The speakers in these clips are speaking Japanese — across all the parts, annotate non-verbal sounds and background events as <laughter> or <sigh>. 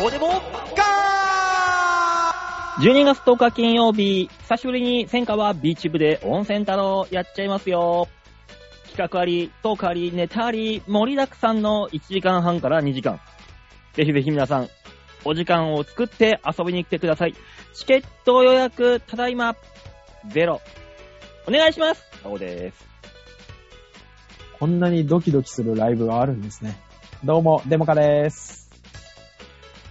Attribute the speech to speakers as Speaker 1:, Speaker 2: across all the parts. Speaker 1: どうでもガー
Speaker 2: 12月10日金曜日、久しぶりに戦火はビーチ部で温泉太郎やっちゃいますよ。企画あり、トークあり、ネタあり、盛りだくさんの1時間半から2時間。ぜひぜひ皆さん、お時間を作って遊びに来てください。チケット予約、ただいま、ゼロ。お願いします。そうです。
Speaker 3: こんなにドキドキするライブがあるんですね。どうも、デモカです。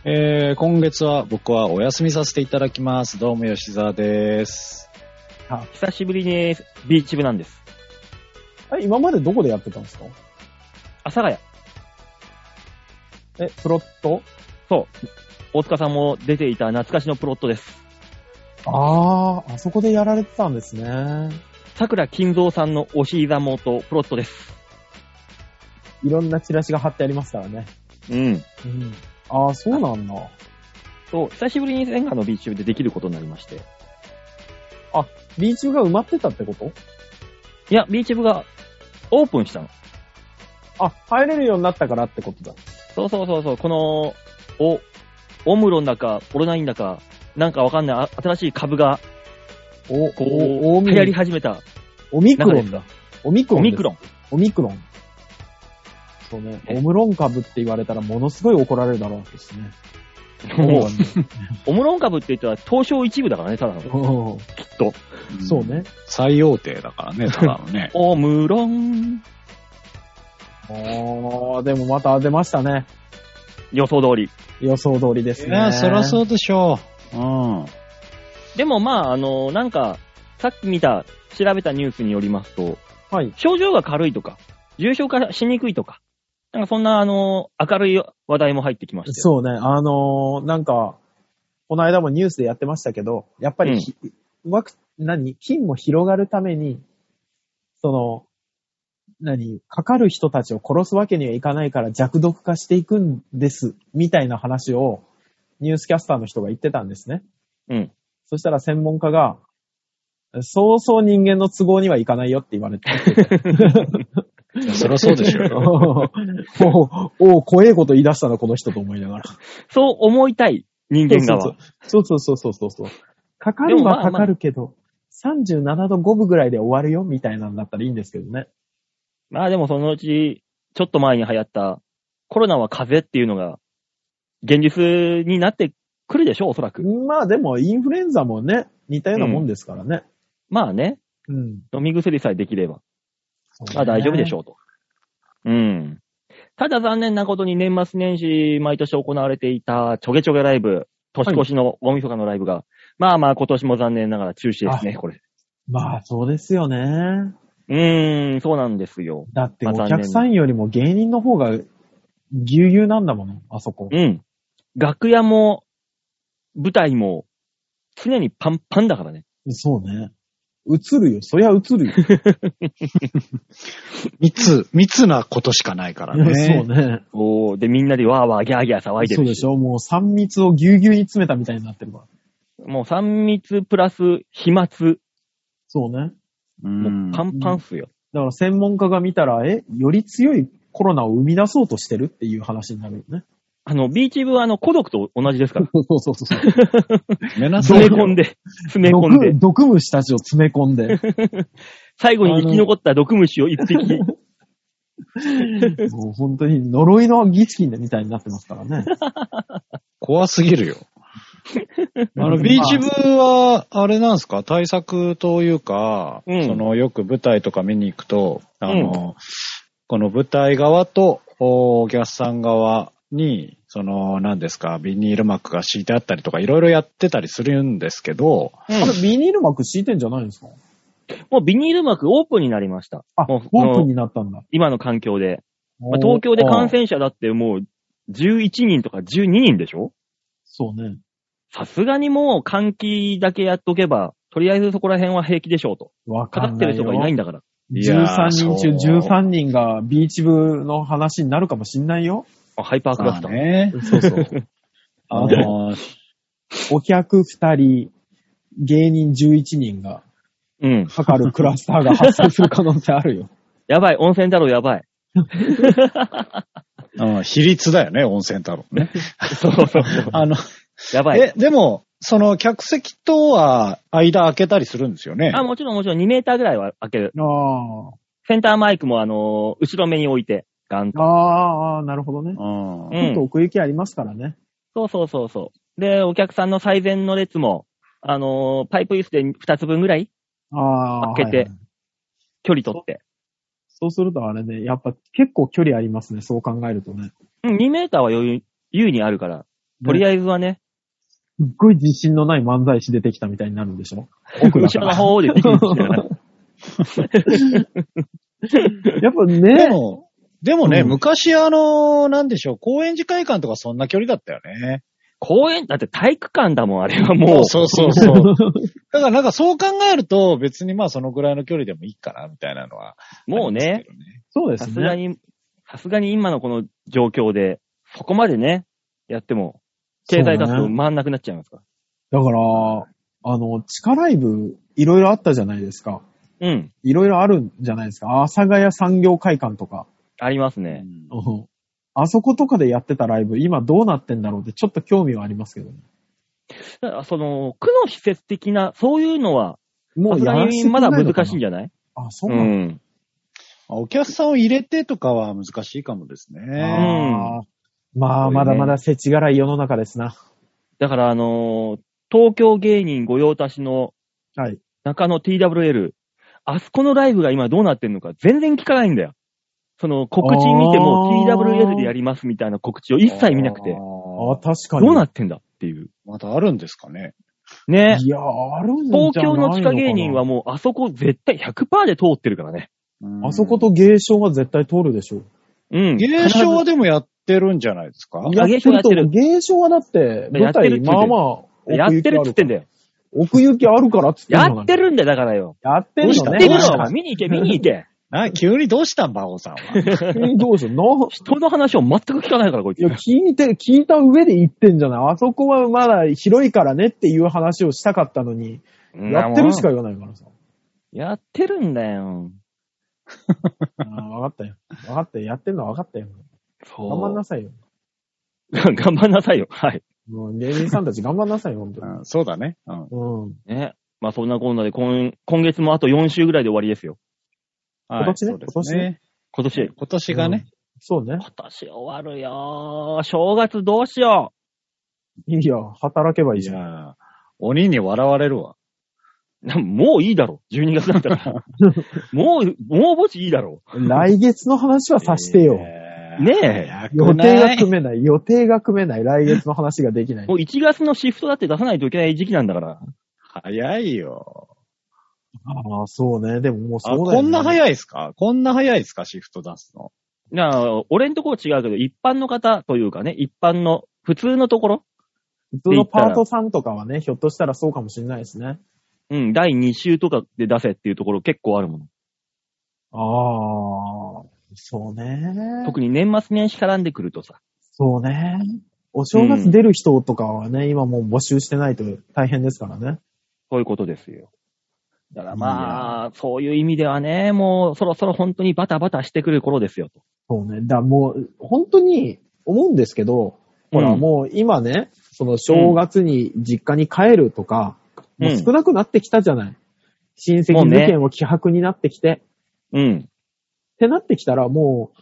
Speaker 4: えー、今月は僕はお休みさせていただきます。どうも吉沢です。
Speaker 2: 久しぶりにビーチ部なんです。
Speaker 3: あれ、今までどこでやってたんですか
Speaker 2: 阿佐ヶ谷。
Speaker 3: え、プロット
Speaker 2: そう。大塚さんも出ていた懐かしのプロットです。
Speaker 3: あー、あそこでやられてたんですね。
Speaker 2: 桜金蔵さんのお膝元プロットです。
Speaker 3: いろんなチラシが貼ってありますからね。
Speaker 2: うん。
Speaker 3: うん。あー、そうなんだ。
Speaker 2: そう、久しぶりに前回のビーチ部でできることになりまして。
Speaker 3: B 中が埋まってたってこと
Speaker 2: いや、ビーチ部がオープンしたの。
Speaker 3: あ、入れるようになったからってことだ。
Speaker 2: そうそうそうそう、この、お、オムロンだか、オロナインだか、なんかわかんない、あ新しい株が、
Speaker 3: お、
Speaker 2: こう、
Speaker 3: お、お
Speaker 2: 流行り始めた
Speaker 3: オミク
Speaker 2: 中
Speaker 3: ロ
Speaker 2: で
Speaker 3: ン
Speaker 2: す
Speaker 3: だ
Speaker 2: か。。
Speaker 3: オミクロ
Speaker 2: オ
Speaker 3: ンです。
Speaker 2: ミクロン。
Speaker 3: オミクロン。そうね。
Speaker 2: え
Speaker 3: オムロン株って言われたらものすごい怒られるだろうけどね。
Speaker 2: もうオムロン株って言ったら、東証一部だからね、ただの。。
Speaker 3: うんそうね。。
Speaker 4: 最大手だからね、ただの <laughs> ね
Speaker 2: オムロン。
Speaker 3: おー、でもまた出ましたね。
Speaker 2: 予想通り。
Speaker 3: 予想通りです
Speaker 4: い
Speaker 3: ね。。
Speaker 4: や、そらそううでしょう。うん。
Speaker 2: でもまあ、あの、なんか、さっき見た、調べたニュースによりますと、
Speaker 3: はい。
Speaker 2: 症状が軽いとか、重症化しにくいとか、なんかそんな、あの、明るい話題も入ってきましたよ。
Speaker 3: そうね。あのーなんか、この間もニュースでやってましたけど、やっぱりひ、ワク、何菌も広がるために、その、何かかる人たちを殺すわけにはいかないから弱毒化していくんです、みたいな話を、ニュースキャスターの人が言ってたんですね。
Speaker 2: うん。
Speaker 3: そしたら専門家が、そうそう人間の都合にはいかないよって言われて。
Speaker 4: いやそらそうでしょうよ。
Speaker 3: <laughs> おうおう、怖えこと言い出したな、この人と思いながら。
Speaker 2: そう思いたい、人間側。
Speaker 3: そうそうそうそうそうそうそう。かかるはかかるけど、37度5分ぐらいで終わるよ、みたいなんだったらいいんですけどね。
Speaker 2: まあでもそのうち、ちょっと前に流行った、コロナは風邪っていうのが、現実になってくるでしょう、おそらく。
Speaker 3: まあでも、インフルエンザもね、似たようなもんですからね。
Speaker 2: まあね、
Speaker 3: うん。
Speaker 2: 飲み薬さえできれば、まあ大丈夫でしょ
Speaker 3: ょ。
Speaker 2: うと。うん。ただ残念なことに年末年始、毎年行われていた、ちょげちょげライブ、年越しの大晦日のライブが、まあまあ今年も残念ながら中止ですね、これ。
Speaker 3: まあそうですよね。
Speaker 2: うーん、そうなんですよ。
Speaker 3: だって
Speaker 2: まあ
Speaker 3: お
Speaker 2: 残念
Speaker 3: 客さんよりも芸人の方がぎゅうぎゅうなんだもの、あそこ。
Speaker 2: うん。楽屋も、舞台も、常にパンパンだからね。
Speaker 3: そうね。映るよ。そりゃ映るよ。
Speaker 4: <laughs> 密、密なことしかないからね。
Speaker 3: <laughs> そうね。
Speaker 2: おー、で、みんなでわーわーギャーギャー騒いでるし。
Speaker 3: そうでしょ。もう3密をぎゅうぎゅうに詰めたみたいになってるから。
Speaker 2: もう3密プラス飛沫、
Speaker 3: そうね。
Speaker 4: う
Speaker 2: も
Speaker 4: ん
Speaker 2: うパンパンっすよ。
Speaker 3: だから専門家が見たら、え、より強いコロナを生み出そうとしてるっていう話になるよね。
Speaker 2: あの、ビーチ部はあの、孤独と同じですから。
Speaker 3: そうそう <laughs> そう。
Speaker 4: 目なさ
Speaker 2: 詰
Speaker 4: い
Speaker 2: め
Speaker 4: よ
Speaker 2: 込んで、詰め込ん
Speaker 3: 毒
Speaker 2: で、
Speaker 3: 毒虫たちを詰め込ん <laughs> で。
Speaker 2: 最後に生き残った毒虫を一匹。
Speaker 3: もう本当に呪いの儀式みたいになってますからね。
Speaker 4: 怖すぎるよ。あの、ビーチ部は、あれなんですか対策というか、
Speaker 2: うん
Speaker 4: その、よく舞台とか見に行くと、あの、この舞台側と、おお客さん側に、その、何ですか、ビニール幕が敷いてあったりとか、いろいろやってたりするんですけど、
Speaker 3: あれ、ビニール膜敷いてんじゃないんですか
Speaker 2: もうビニール膜オープンになりました。
Speaker 3: あ、
Speaker 2: も
Speaker 3: オ
Speaker 2: う
Speaker 3: ープンになったんだ。
Speaker 2: 今の環境で。まあ
Speaker 3: おー
Speaker 2: 東京で感染者だってもう11人とか12人でしょ
Speaker 3: そうね。
Speaker 2: さすがにもう換気だけやっとけば、とりあえずそこら辺は平気でしょうと。
Speaker 3: わ
Speaker 2: かか
Speaker 3: か
Speaker 2: っ
Speaker 3: ん
Speaker 2: て
Speaker 3: な
Speaker 2: る
Speaker 3: い
Speaker 2: 人
Speaker 3: よ。
Speaker 2: がいないんだから。
Speaker 4: いやー
Speaker 3: 13人中
Speaker 4: そう
Speaker 3: 13人がビーチ部の話になるかもしんないよ。
Speaker 2: あハイパークラ
Speaker 4: ま
Speaker 2: ス
Speaker 4: あ
Speaker 2: ター。
Speaker 4: ね、
Speaker 3: そうそう。
Speaker 4: <laughs> あ
Speaker 3: あの、
Speaker 4: の、
Speaker 3: お客2人、芸人11人が
Speaker 2: うん。
Speaker 3: かかるクラスターが発生する可能性あるよ。
Speaker 2: やばい、温泉太郎やばい。
Speaker 4: うん、比率だよね、温泉太郎ね。
Speaker 2: そうそうそう。
Speaker 4: あの、
Speaker 2: やばい。
Speaker 4: え、でも、その客席とは間開けたりするんですよね。
Speaker 2: あ、もちろんもちろん2メーターぐらいは開ける。
Speaker 3: <laughs> あ
Speaker 2: センターマイクもあのー後ろ目に置いて、ガン
Speaker 3: あ。
Speaker 2: と。
Speaker 3: ああ、なるほどね。
Speaker 4: うん
Speaker 2: う
Speaker 3: ちょっと
Speaker 2: ん。
Speaker 3: 奥行きありますからね。
Speaker 2: そうそうそうそう。で、お客さんの最前の列も、あのーパイプ椅子で2つ分ぐらい
Speaker 3: ああ。
Speaker 2: 開けて
Speaker 3: はいはい
Speaker 2: 距離取って。
Speaker 3: そうするとあれね、やっぱ結構距離ありますね、そう考えるとね。
Speaker 2: うん、2メーターは余裕、優にあるから、とりあえずはね、
Speaker 3: すっごい自信のない漫才師出てきたみたいになるんでし
Speaker 2: <laughs>
Speaker 3: ょ奥だ
Speaker 2: 後
Speaker 3: か
Speaker 2: ろの
Speaker 3: ら。
Speaker 2: 方でできるんですよね
Speaker 3: やっぱ
Speaker 4: で
Speaker 3: ね、
Speaker 4: も、でもね、
Speaker 3: うん
Speaker 4: 昔あの、なんでしょう、公園寺会館とかそんな距離だったよね。
Speaker 2: 公園、だって体育館だもん、あれは
Speaker 3: <laughs>
Speaker 2: もう。
Speaker 4: そうそうそう。 <laughs> だからなんかそう考えると、別にまあそのぐらいの距離でもいいかな、みたいなのは、
Speaker 2: もうね、。
Speaker 3: そうで
Speaker 2: さ
Speaker 3: す
Speaker 2: すが
Speaker 3: ね。
Speaker 2: に、さすがに今のこの状況で、そこまでね、やっても、経済活
Speaker 3: そう
Speaker 2: 動
Speaker 3: ね
Speaker 2: 回んなくなっちゃいますから。
Speaker 3: だから、あの、地下ライブ、いろいろあったじゃないですか。
Speaker 2: うん。
Speaker 3: いろいろあるんじゃないですか。阿佐ヶ谷産業会館とか。
Speaker 2: ありますね。
Speaker 3: うんあそことかでやってたライブ、今どうなってんだろうって、ちょっと興味はありますけどね。
Speaker 2: だからその、区の施設的な、そういうのは、
Speaker 3: も
Speaker 2: さす
Speaker 3: や
Speaker 2: が
Speaker 3: らせ
Speaker 2: に
Speaker 3: てく
Speaker 2: ま
Speaker 3: れな
Speaker 2: だ
Speaker 3: いのかな
Speaker 2: 難しいんじゃない
Speaker 3: あ、そううなんだ。
Speaker 2: ん。
Speaker 4: まあお客さんを入れてとかは難しいかもですね。
Speaker 3: あーまあ、
Speaker 2: そうよね
Speaker 3: まだまだ世知辛い世の中ですな。
Speaker 2: だから、あのー東京芸人御用達の
Speaker 3: はい。
Speaker 2: 中野 TWL、あそこのライブが今どうなってんのか全然聞かないんだよ。その、告知見ても
Speaker 3: あー
Speaker 2: TWL でやりますみたいな告知を一切見なくて、
Speaker 3: あ
Speaker 4: あ
Speaker 3: ー確かに。
Speaker 2: どうなってんだっていう。
Speaker 4: まだあるんですかね。
Speaker 2: ね。
Speaker 3: いやー、あるんじゃない
Speaker 2: 東
Speaker 3: のかな
Speaker 2: 京の地下芸人はもうあそこ絶対100%で通ってるからね。
Speaker 4: うん
Speaker 3: あそこと芸商は絶対通るでしょう。
Speaker 2: うん。
Speaker 4: 芸商はでもやってるんじゃないですか
Speaker 2: いや芸商やってる
Speaker 3: 芸商はだって、
Speaker 2: や
Speaker 3: 舞
Speaker 2: ってるっつって
Speaker 3: 台、
Speaker 2: る
Speaker 3: まあまあ、奥
Speaker 2: やってるっつってんだ
Speaker 3: よ。
Speaker 2: よ。
Speaker 3: 奥行きあるからっつってん
Speaker 2: や
Speaker 3: のかな
Speaker 2: ってるんだよ、だからよ。
Speaker 3: やって
Speaker 2: 知
Speaker 3: る
Speaker 4: どう
Speaker 2: っ
Speaker 3: の
Speaker 4: した
Speaker 2: て
Speaker 3: ね。
Speaker 2: るの見に行け、見に行け。
Speaker 4: な急にどうしたん、馬
Speaker 3: <laughs>
Speaker 4: 王さんは。
Speaker 3: どうしよう。な、
Speaker 2: 人の話を全く聞かないから、こいつ
Speaker 3: いや、。聞いて、聞いた上で言ってんじゃないあそこはまだ広いからねっていう話をしたかったのに、やってるしか言わないからさ。
Speaker 2: やってるんだよ。
Speaker 3: あーわかったよ。わかったよ。やってんのはわかったよ。
Speaker 2: そう。
Speaker 3: 頑張んなさいよ。
Speaker 2: 頑張んなさいよ。はい。
Speaker 3: もう芸人さんたち頑張んなさいよ、本当に。
Speaker 4: うんそうだね。うん
Speaker 3: うん。
Speaker 2: ね。まあそんなこんなで今、今月もあと4週ぐらいで終わりですよ。
Speaker 4: はい
Speaker 3: 今年ね
Speaker 4: そうです
Speaker 2: 今年。
Speaker 4: 今年がね。
Speaker 3: そうね。
Speaker 2: 今年終わるよー。正月どうしよ
Speaker 3: いいよ。働けばいい
Speaker 4: い
Speaker 3: じゃん。
Speaker 4: やー鬼に笑われるわ。
Speaker 2: う。なもういいだろ。12月だった <laughs> から。もう、もうぼちいいだろ。
Speaker 3: 来月の話はさしてよ。
Speaker 4: えー
Speaker 2: ねえ。
Speaker 4: 早
Speaker 3: <laughs> 予
Speaker 4: くない
Speaker 3: 定が組めない。予定が組めない。来月の話ができない
Speaker 2: も。う1月のシフトだって出さないといけない時期なんだから。
Speaker 4: 早いよ。
Speaker 3: ああ、そうね。でももうそう
Speaker 4: あ、
Speaker 3: だよ、ね。
Speaker 4: こんな早いですかこんな早いですかシフト出すの。
Speaker 2: なあ、俺んとこは違うけど、一般の方というかね、一般の、普通のところ、
Speaker 3: 普通のパートさんとかはね、ひょっとしたらそうかもしれないですね。
Speaker 2: うん、第2週とかで出せっていうところ結構あるもの。
Speaker 3: ああ、そうね。
Speaker 2: 特に年末年始絡んでくるとさ。
Speaker 3: そうね。お正月出る人とかはね、今もう募集してないと大変ですからね。
Speaker 2: そういうことですよ。だからまあ、そういう意味ではね、もうそろそろ本当にバタバタしてくる頃ですよと。
Speaker 3: そうね。だもう、本当に思うんですけど、ほら、
Speaker 2: うん
Speaker 3: もう今ね、その正月に実家に帰るとか、
Speaker 2: うん
Speaker 3: もう少なくなってきたじゃない。親戚
Speaker 2: もう
Speaker 3: 事
Speaker 2: ね
Speaker 3: 件を希薄になってきて、
Speaker 2: うん。
Speaker 3: ってなってきたらもう、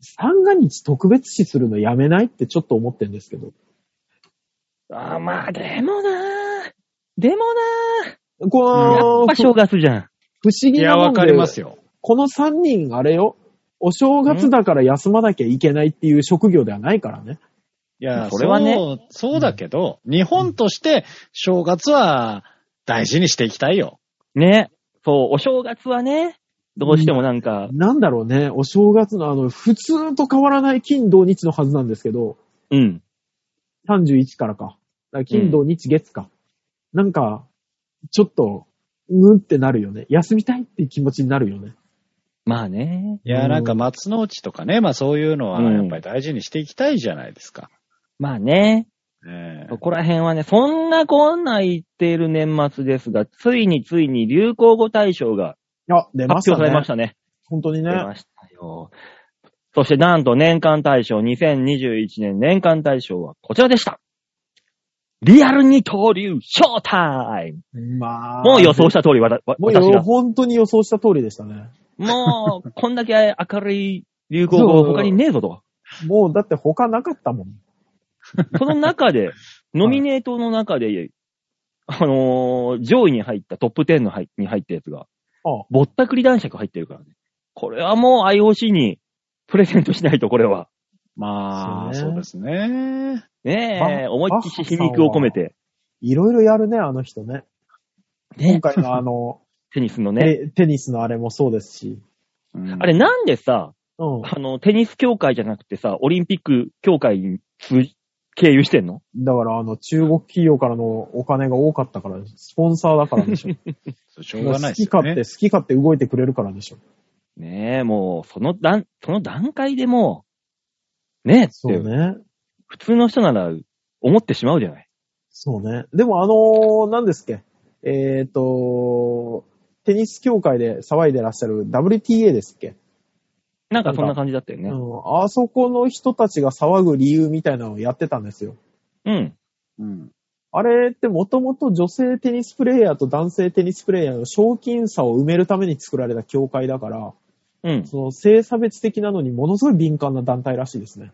Speaker 3: 三が日特別視するのやめないってちょっと思ってるんですけど。
Speaker 2: あーまあ、でもなーでもなーや
Speaker 3: こ
Speaker 2: っぱ
Speaker 3: の、
Speaker 2: 正月じゃん。
Speaker 3: 不思
Speaker 4: い
Speaker 3: 議
Speaker 4: や、
Speaker 3: なも
Speaker 4: わ
Speaker 3: ん
Speaker 4: か
Speaker 3: で
Speaker 4: りますよ。
Speaker 3: この三人、あれよ、お正月だから休まなきゃいけないっていう職業ではないからね。
Speaker 4: いや、
Speaker 2: それはね
Speaker 4: そう。そうだけど、日本として正月は大事にしていきたいよ。
Speaker 2: ね。そう、お正月はね、どうしてもなんか、
Speaker 3: なんだろうね、お正月のあの、普通と変わらない金土日のはずなんですけど、
Speaker 2: うん。
Speaker 3: 31からか。だから金土日月か。なんか、ちょっと、うんってなるよね。休みたいっていう気持ちになるよね。
Speaker 2: まあね。
Speaker 4: いや、
Speaker 3: うん
Speaker 4: なんか松の内とかね、まあそういうのは
Speaker 2: うん
Speaker 4: やっぱり大事にしていきたいじゃないですか。
Speaker 2: まあね。
Speaker 4: ねえ
Speaker 2: そこら辺はね、そんなこんな言っている年末ですが、ついについに流行語大賞が
Speaker 3: あ、出まし
Speaker 2: 発表さ
Speaker 3: た
Speaker 2: れ
Speaker 3: ね
Speaker 2: まし。たね。
Speaker 3: 本当に
Speaker 2: 出
Speaker 3: ね。
Speaker 2: ましたよ。そしてなんと年間大賞、2021年年間大賞はこちらでした。リアル二刀流、ショータイム
Speaker 3: まあ。
Speaker 2: もう予想した通り、わたわ
Speaker 3: もう
Speaker 2: 私
Speaker 3: よ
Speaker 2: が。
Speaker 3: 本当に予想した通りでしたね。
Speaker 2: もう、こんだけ明るい流行語
Speaker 3: そう
Speaker 2: 他にねえぞと。
Speaker 3: もうだって他なかったもん。
Speaker 2: その中
Speaker 3: <laughs>
Speaker 2: で、ノミネートの中で、あのー上位に入った、トップ10の入に入ったやつが、
Speaker 3: ああ
Speaker 2: ぼったくり男爵入ってるからね。これはもう IOC にプレゼントしないと、これは。
Speaker 4: まあ、
Speaker 3: そ
Speaker 4: そうう
Speaker 3: ね
Speaker 4: ですね。
Speaker 2: ねえ、
Speaker 3: あ
Speaker 2: 思いっきり皮肉を込めて、
Speaker 3: いろいろやるね、あの人ね。
Speaker 2: ね
Speaker 3: 今、回の
Speaker 2: <laughs>
Speaker 3: あの、
Speaker 2: テニスのね。
Speaker 3: テテニスのあれもそうですし。
Speaker 4: うん
Speaker 2: あれなんでさ、
Speaker 3: うん。
Speaker 2: あの、テニス協会じゃなくてさ、オリンピック協会に通じ経由してんの
Speaker 3: だからあの、中国企業からのお金が多かったから、スポンサーだからでしょ。
Speaker 4: <laughs> しょうがな
Speaker 3: 好
Speaker 4: いです
Speaker 3: き
Speaker 4: よ
Speaker 3: 勝手、
Speaker 4: ね。
Speaker 3: 好き勝手動いてくれるからでしょ。
Speaker 2: ねえ、もう、その段、その段階でもう、ねえ
Speaker 3: そ
Speaker 2: って、
Speaker 3: うね。
Speaker 2: 普通の人なら思ってしまうじゃない。
Speaker 3: そうね。でもあのー、何ですっけ。えっ、と、テニス協会で騒いでらっしゃる WTA ですっけ。
Speaker 2: なんかそんな感じだったよね。
Speaker 3: うん。あそこの人たちが騒ぐ理由みたいなのをやってたんですよ。
Speaker 2: うん。
Speaker 4: うん
Speaker 3: あれってもともと女性テニスプレイヤーと男性テニスプレイヤーの賞金差を埋めるために作られた協会だから、
Speaker 2: うん。
Speaker 3: その性差別的なのにものすごい敏感な団体らしいですね。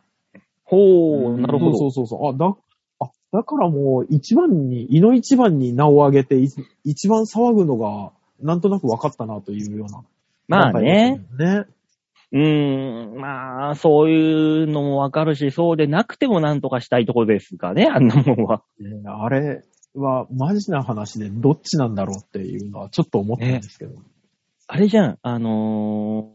Speaker 2: ほう、なるほ
Speaker 3: そ
Speaker 2: ど。
Speaker 3: うそうそうそう。あ、だ、あ、だからもう一番に、井の一番に名を挙げて、い一番騒ぐのが、なんとなく分かったなというような。
Speaker 2: まあね。。
Speaker 3: ね。
Speaker 2: うーん。まあ、そういうのもわかるし、そうでなくてもなんとかしたいところですかね、あんなもんは。
Speaker 3: ねあれは、マジな話で、どっちなんだろうっていうのは、ちょっと思ったんですけど。
Speaker 2: あれじゃん、あのー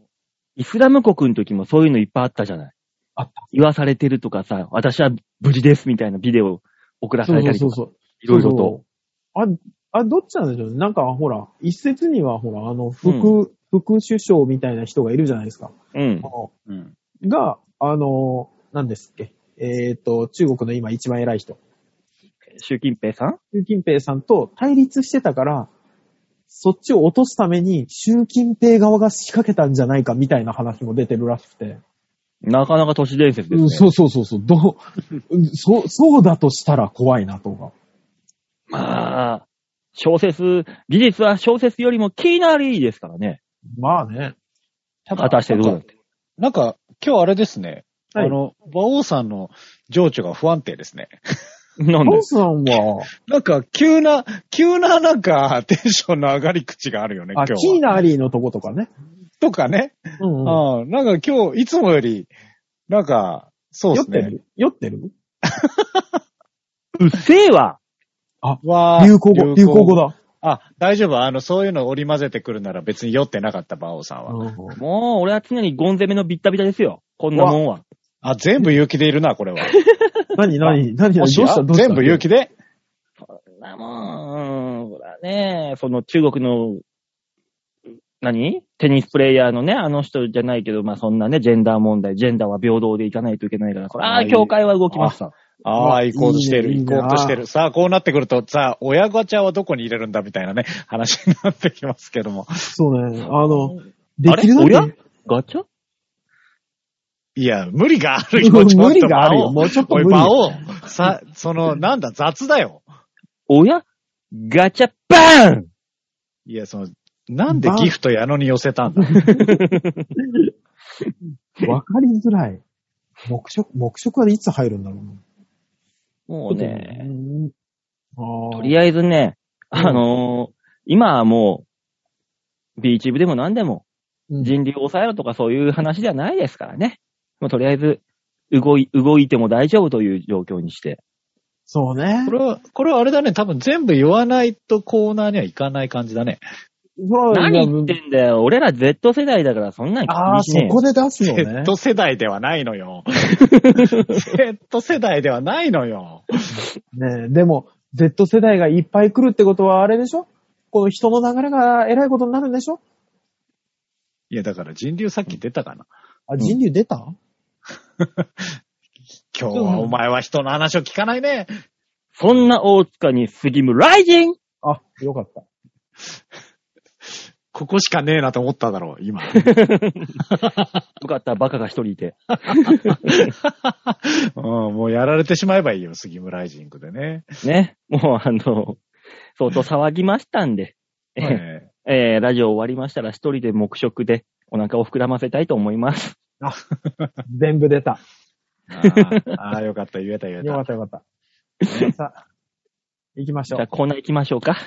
Speaker 2: イスラム国の時もそういうのいっぱいあったじゃない。
Speaker 3: あった。
Speaker 2: 言わされてるとかさ、私は無事ですみたいなビデオ送らさ
Speaker 3: そう
Speaker 2: れた
Speaker 3: そ
Speaker 2: り
Speaker 3: うそ
Speaker 2: と
Speaker 3: う
Speaker 2: か、
Speaker 3: そう。
Speaker 2: いろいろと。
Speaker 3: そうそう。あ、あ、どっちなんでしょうね。なんか、ほら、一説には、ほら、あの、副、副首相みたいな人がいるじゃないですか。
Speaker 2: うん
Speaker 3: あ。の
Speaker 4: うん
Speaker 3: が、あの、何ですっけ。えっ、と、中国の今一番偉い人。
Speaker 2: 習近平さん
Speaker 3: 習近平さんと対立してたから、そっちを落とすために習近平側が仕掛けたんじゃないかみたいな話も出てるらしくて。
Speaker 2: なかなか都市伝説ですね。
Speaker 3: うんそうそうそうそう。どう、うんそう、そうだとしたら怖いなとか。
Speaker 2: まあ、小説、技術は小説よりも気なりですからね。
Speaker 3: まあね。
Speaker 2: 果たしてどうだって。
Speaker 4: なんか、今日あれですね。
Speaker 3: はい
Speaker 4: あの、馬王さんの情緒が不安定ですね。
Speaker 2: なん
Speaker 3: パ
Speaker 2: で
Speaker 3: ンさんは、
Speaker 4: なんか、急な、急ななんか、 <laughs> テンションの上がり口があるよね、今
Speaker 3: あ、
Speaker 4: 日は。
Speaker 3: キーナアリーのとことかね。
Speaker 4: とかね。
Speaker 3: うん、うん。
Speaker 4: ああなんか今日、いつもより、なんか、そうで
Speaker 3: 酔っ
Speaker 4: す
Speaker 3: て
Speaker 4: ね。
Speaker 3: る酔ってる
Speaker 2: うっせえわ
Speaker 4: わー
Speaker 3: 流行語、流行語。だ。
Speaker 4: あ、大丈夫。あの、そういうの織り交ぜてくるなら別に酔ってなかった、馬王さんは。
Speaker 3: うん
Speaker 2: もう、俺は常にゴン攻めのビッタビタですよ。こんなもんは。
Speaker 4: あ、全部勇気でいるな、
Speaker 3: <laughs>
Speaker 4: これは。
Speaker 3: 何何何
Speaker 4: も
Speaker 3: 何
Speaker 4: し
Speaker 3: どう
Speaker 4: や
Speaker 3: したどうした
Speaker 4: 全部勇気で。
Speaker 2: こんなもん、ほらね、その中国の、何テニスプレイヤーのね、あの人じゃないけど、まあそんなね、ジェンダー問題、ジェンダーは平等でいかないといけないから、これ、あ
Speaker 4: は
Speaker 2: あ、
Speaker 4: い
Speaker 2: 教会は動きました。
Speaker 4: ああ、
Speaker 3: いい
Speaker 4: 行こうとしてる、
Speaker 3: いいね
Speaker 4: 行こうとしてる。さあ、こうなってくると、さあ、親ガチャはどこに入れるんだみたいなね、話になってきますけども。
Speaker 3: そうね。あの、で
Speaker 2: あ
Speaker 3: き
Speaker 2: れ
Speaker 3: るだけ
Speaker 2: 親ガチャ
Speaker 4: いや、無理があ
Speaker 3: <laughs>
Speaker 4: るよ、ちょっと
Speaker 3: <laughs> 無理があるよ。
Speaker 4: 馬王
Speaker 3: もうちょっと
Speaker 4: お
Speaker 3: 無
Speaker 4: い、
Speaker 3: 理。
Speaker 4: 馬王、さ、 <laughs> その、なんだ、雑だよ。
Speaker 2: 親ガチャバーン
Speaker 4: いや、その、なんでギフト矢野に寄せたん
Speaker 3: <laughs>
Speaker 4: だ
Speaker 3: わかりづらい。黙食、黙食はいつ入るんだろう
Speaker 2: もうね、
Speaker 3: ね。ああ。
Speaker 2: とりあえずね、
Speaker 3: うん
Speaker 2: あのー今はもう、ビーチ部でも何でも、
Speaker 3: うん
Speaker 2: 人流を抑えろとかそういう話ではないですからね。もうとりあえず、動い、動いても大丈夫という状況にして。
Speaker 3: そうね
Speaker 4: こ。れは、これはあれだね、多分全部言わないとコーナーにはいかない感じだね。
Speaker 3: そら
Speaker 2: 何言ってんだよ。俺ら Z 世代だからそんなん気
Speaker 3: ああ、
Speaker 2: にし
Speaker 3: そ
Speaker 2: ねえよ
Speaker 3: こで出すのね。
Speaker 4: Z 世代ではない
Speaker 3: <laughs>
Speaker 4: のよ。Z 世代ではないのよ。
Speaker 3: ねえでも、Z 世代がいっぱい来るってことはあれでしょこの人の流れが偉いことになるんでしょ
Speaker 4: いや、だから人流さっき出たかな。
Speaker 3: あ、人流出た、
Speaker 4: 今日はお前は人の話を聞かないね。
Speaker 2: そんな大塚に杉村ライジン
Speaker 3: あ、よかった。
Speaker 4: ここしかねえなと思っただろう、
Speaker 3: <laughs>
Speaker 4: 今。
Speaker 2: よかった、バカが一人いて。
Speaker 4: うん、もうやられてしまえばいいよ、杉村ライジングでね。
Speaker 2: ね。もうあの、相当騒ぎましたんで、えー
Speaker 4: え
Speaker 2: えーラジオ終わりましたら一人で黙食でお腹を膨らませたいと思います。
Speaker 3: 全部出た。
Speaker 4: えあーあー、よかった、言えた言え。
Speaker 3: よかったたよかった。さあ、行きまし
Speaker 2: じ
Speaker 3: ょ
Speaker 2: ゃあ
Speaker 3: う。
Speaker 2: コーナー行きましょうか。 <laughs>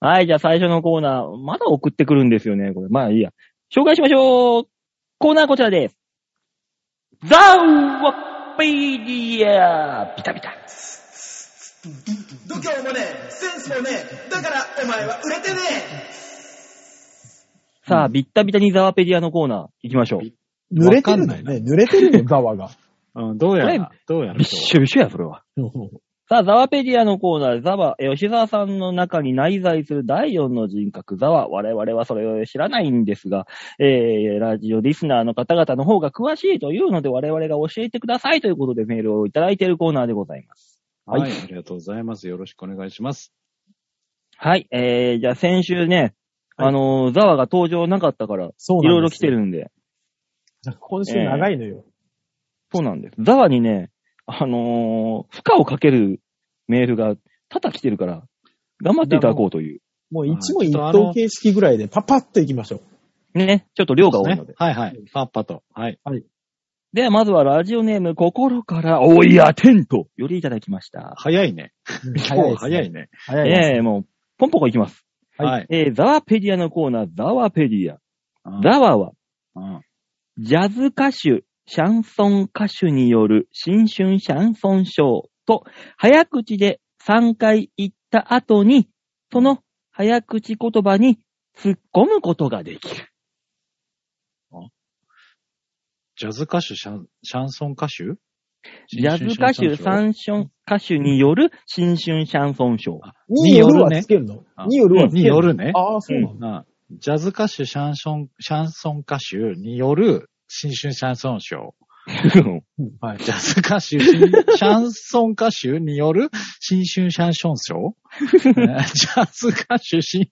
Speaker 2: はい、じゃあ最初のコーナー、まだ送ってくるんですよね、これ。まあいいや。紹介しましょうコーナーこちらです。ザワペディアビタビタ。
Speaker 1: 度胸もねえセンスもねえだからお前は売れてね
Speaker 2: さあ、ビッタビタにザワペディアのコーナー行きましょう。
Speaker 4: ビ
Speaker 3: 濡れてる
Speaker 4: わ
Speaker 3: の
Speaker 4: かん
Speaker 3: ね。
Speaker 4: ない
Speaker 3: 濡れてるの、ざわが。
Speaker 4: うん、どうやら、どうやら
Speaker 2: びっしょびしょや、それは。
Speaker 3: <laughs>
Speaker 2: さあ、ザワペディアのコーナー、ザワ、えー吉沢さんの中に内在する第四の人格、ザワ。我々はそれを知らないんですが、えー、ラジオリスナーの方々の方が詳しいというので、我々が教えてくださいということでメールをいただいているコーナーでございます。
Speaker 4: はい、
Speaker 2: はい
Speaker 4: ありがとうございます。よろしくお願いします。
Speaker 2: はい、えー、じゃあ先週ね、
Speaker 3: はい
Speaker 2: あのーザワが登場なかったから、い
Speaker 3: そうなんです
Speaker 2: ろいろ来て。るんで、
Speaker 3: 今週長いのよ。
Speaker 2: そうなんです。ザワにね、あのー負荷をかけるメールが多々来てるから、頑張っていただこうという。
Speaker 3: もう一問
Speaker 4: はい
Speaker 3: 一
Speaker 4: ちょっとあ
Speaker 3: 答
Speaker 4: の
Speaker 3: 形式ぐらいでパパッと行きましょう。
Speaker 2: ね、ちょっと量が多い
Speaker 4: ね
Speaker 2: ので。
Speaker 4: はいはい。パッパと。はい。
Speaker 2: では、まずはラジオネーム、心から、おいや、テントよりいただきました。
Speaker 4: 早いね。
Speaker 3: うん
Speaker 4: 今日
Speaker 3: ですね
Speaker 4: 早い。ね。
Speaker 3: 早いです
Speaker 2: ええもう、ポンポコいきます。
Speaker 3: はい
Speaker 4: はい。
Speaker 2: えー、ザワペディアのコーナー、ザワペディア。
Speaker 4: うん
Speaker 2: ザワは、
Speaker 4: うん
Speaker 2: ジャズ歌手、シャンソン歌手による新春シャンソンショーと、早口で3回言った後に、その早口言葉に突っ込むことができる。
Speaker 4: ジャズ歌手、シャンシャンソン歌手
Speaker 2: ジャズ歌手、シャンソン歌手による新春シャンソンシ
Speaker 4: <laughs>
Speaker 2: ョー。
Speaker 3: によるはつけるの
Speaker 4: あ
Speaker 3: によるはつけるの
Speaker 4: によるね。
Speaker 3: ああ、そうなんだ。
Speaker 4: うんジャズ歌手、シャンソン、シャンソン歌手による新春シャンソンショー。
Speaker 3: うんはい。
Speaker 4: ジャズ歌手、新シャン <laughs> ソン歌手による新春シャンソンショー
Speaker 2: <laughs>
Speaker 4: えージャズ歌手、新、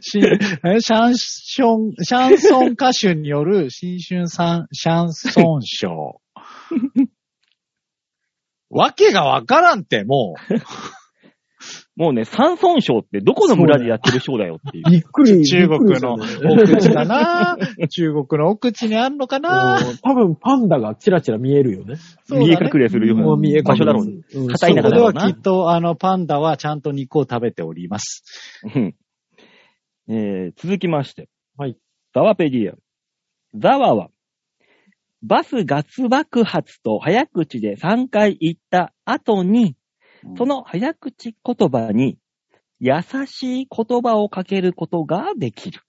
Speaker 4: 新、えーシャンション、シャンソン歌手による新春さんシャンソンショー。
Speaker 2: <laughs>
Speaker 4: わけがわからんって、も
Speaker 2: もうね、サンソンショーってどこの村でやってるショーだよっていう。
Speaker 3: びっくり。
Speaker 4: う、中国
Speaker 3: びっくりした
Speaker 4: の
Speaker 3: んだ
Speaker 2: <laughs>
Speaker 3: よね
Speaker 4: 奥地だな中国の奥地にあんのかな
Speaker 3: うん多分パンダがチラチラ見えるよね。
Speaker 4: <laughs> そうだね
Speaker 2: 見え隠れするような
Speaker 3: もう見え
Speaker 2: 場所だろうね。
Speaker 3: ね。うん
Speaker 2: 硬い
Speaker 4: そ
Speaker 2: 中
Speaker 4: こ
Speaker 2: だ
Speaker 4: で
Speaker 2: ろう
Speaker 4: は
Speaker 2: な
Speaker 4: きっと、あの、パンダはちゃんと肉を食べております。
Speaker 2: うんえー続きまして。
Speaker 3: はい。
Speaker 2: ザワペディア。ザワは、バスガス爆発と早口で3回言った後に、その早口言葉に優しい言葉をかけることができる。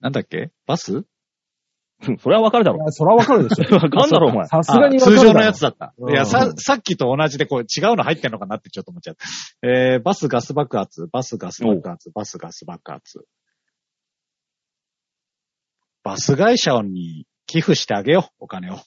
Speaker 4: なんだっけバス
Speaker 2: うんそれはわかるだ
Speaker 3: い
Speaker 2: ろ
Speaker 3: やそらわかるでし
Speaker 2: う。わかんだろう、お前
Speaker 3: ょ。。さすがにわか
Speaker 4: 通
Speaker 3: るだろ
Speaker 4: 常のやつだった。
Speaker 3: うん
Speaker 4: いや、さ、さっきと同じでこう違うの入ってんのかなってちょっと思っちゃった。えー、バスガス爆発、バスガス爆発、バスガス爆発。バス会社に寄付してあげよう、お金を。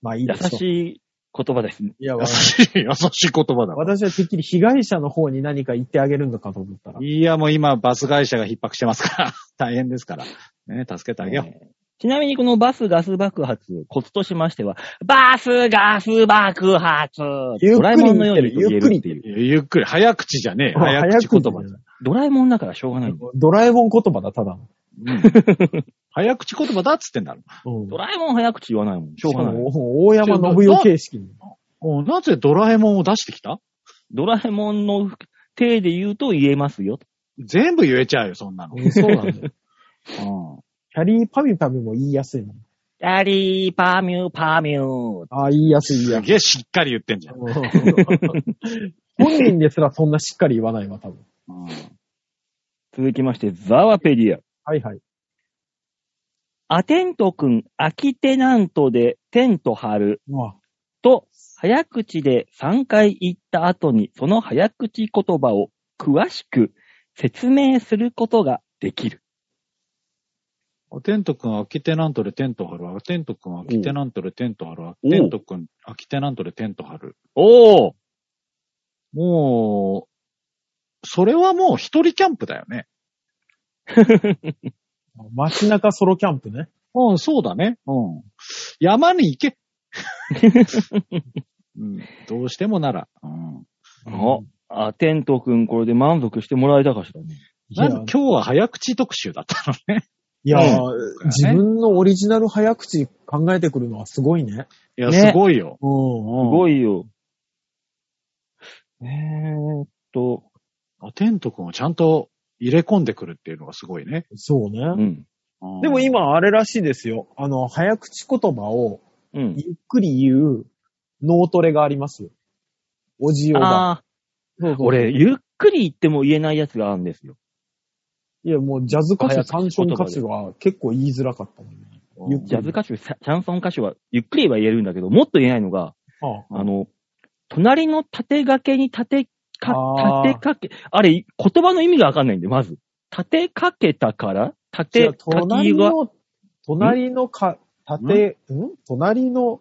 Speaker 3: まあいい
Speaker 2: 優
Speaker 3: でしょう
Speaker 2: しい言葉です。
Speaker 3: いや、
Speaker 4: 優
Speaker 3: わ
Speaker 4: しい、優しい言葉だわ。
Speaker 3: 私はてっきり被害者の方に何か言ってあげるのかと思ったら。
Speaker 4: いや、もう今、バス会社が逼迫してますから、 <laughs> 大変ですから。ね、助けてあげよう。
Speaker 2: えーちなみにこのバスガス爆発、コツとしましては、バスガス爆発
Speaker 3: ゆっ
Speaker 2: ド
Speaker 3: く
Speaker 2: ラえ
Speaker 3: り
Speaker 2: もんのように
Speaker 3: 言ってる
Speaker 2: 言えるっていう。
Speaker 4: ゆっくり、早口じゃねえ。早口言葉じゃ。
Speaker 2: ドラえもんだからしょうがないんだよ。
Speaker 3: ドラえもん言葉だ、ただの。
Speaker 4: うん早口言葉だっつってんだろ。
Speaker 3: うん
Speaker 2: ドラえもん早口言わないもん。しょう
Speaker 3: しか
Speaker 2: がない。
Speaker 3: も大山信代形式に。
Speaker 4: おなぜドラえもんを出してきた
Speaker 2: ドラえもんの手で言うと言えますよ。
Speaker 4: 全部言えちゃうよ、そんなの。
Speaker 3: うんそうなんだよ。
Speaker 4: うん
Speaker 3: キャリーパミュパミュも言いやすいもん。
Speaker 2: チャリーパーミューパーミュー。
Speaker 3: ああ、言いやすい、言い
Speaker 4: す
Speaker 3: やすい。
Speaker 4: げえしっかり言ってんじゃん。
Speaker 3: うん本人ですらそんなしっかり言わないわ、多分。
Speaker 2: 続きまして、ザワペディア。
Speaker 3: はいはい。
Speaker 2: アテント君、空きテナントでテント張る
Speaker 3: うわ
Speaker 2: と、早口で3回言った後に、その早口言葉を詳しく説明することができる。
Speaker 4: テント君、空きテナントでテント張るわ。テント君、空きテナントでテント張るわ。
Speaker 2: おう
Speaker 4: テント君、空きテナントでテント張る。
Speaker 2: おー
Speaker 4: もう、それはもう一人キャンプだよね。
Speaker 3: 街中ソロキャンプね。
Speaker 4: うん、そうだね。うん。山に行 <laughs> け。うん、どうしてもなら。うん。
Speaker 2: おあ、テント君これで満足してもらえたかしらね。
Speaker 3: い
Speaker 4: な
Speaker 3: や
Speaker 4: んで今日は早口特集だったのね。 <laughs>
Speaker 3: いやー、
Speaker 4: うん
Speaker 3: 自分のオリジナル早口考えてくるのはすごいね。
Speaker 4: いや、
Speaker 2: ね
Speaker 4: すごいよ。
Speaker 2: す
Speaker 3: うん。
Speaker 4: す
Speaker 2: ご
Speaker 4: い。
Speaker 2: いよ。えーっと、
Speaker 4: あテント君をちゃんと入れ込んでくるっていうのがすごいね。
Speaker 3: そうね。
Speaker 2: うん。
Speaker 4: うん
Speaker 3: でも、今あれらしいですよ。あの、早口言葉を
Speaker 2: うん。
Speaker 3: ゆっくり言う脳トレがありますよ。おじよが。
Speaker 2: ああ、
Speaker 3: そうそう
Speaker 2: 俺、、ゆっくり言っても言えないやつがあるんですよ。
Speaker 3: いや、もうジャズ歌手、
Speaker 2: 早口
Speaker 3: 単
Speaker 2: 言
Speaker 3: 調
Speaker 2: 葉で
Speaker 3: 歌手は結構言いづらかったのね。ゆっくり
Speaker 2: ジャズ歌手、シャシャンソン歌手は、ゆっくりは言えるんだけど、もっと言えないのが、
Speaker 3: あ
Speaker 2: あの、隣の縦掛けに縦か
Speaker 3: あ、ー
Speaker 2: 縦掛け、あれ、言葉の意味がわかんないんで、まず。縦掛けたから
Speaker 3: じゃ
Speaker 2: 縦
Speaker 3: あ
Speaker 2: 掛け
Speaker 3: 隣
Speaker 2: は、
Speaker 3: の、隣のか、縦、ん隣の、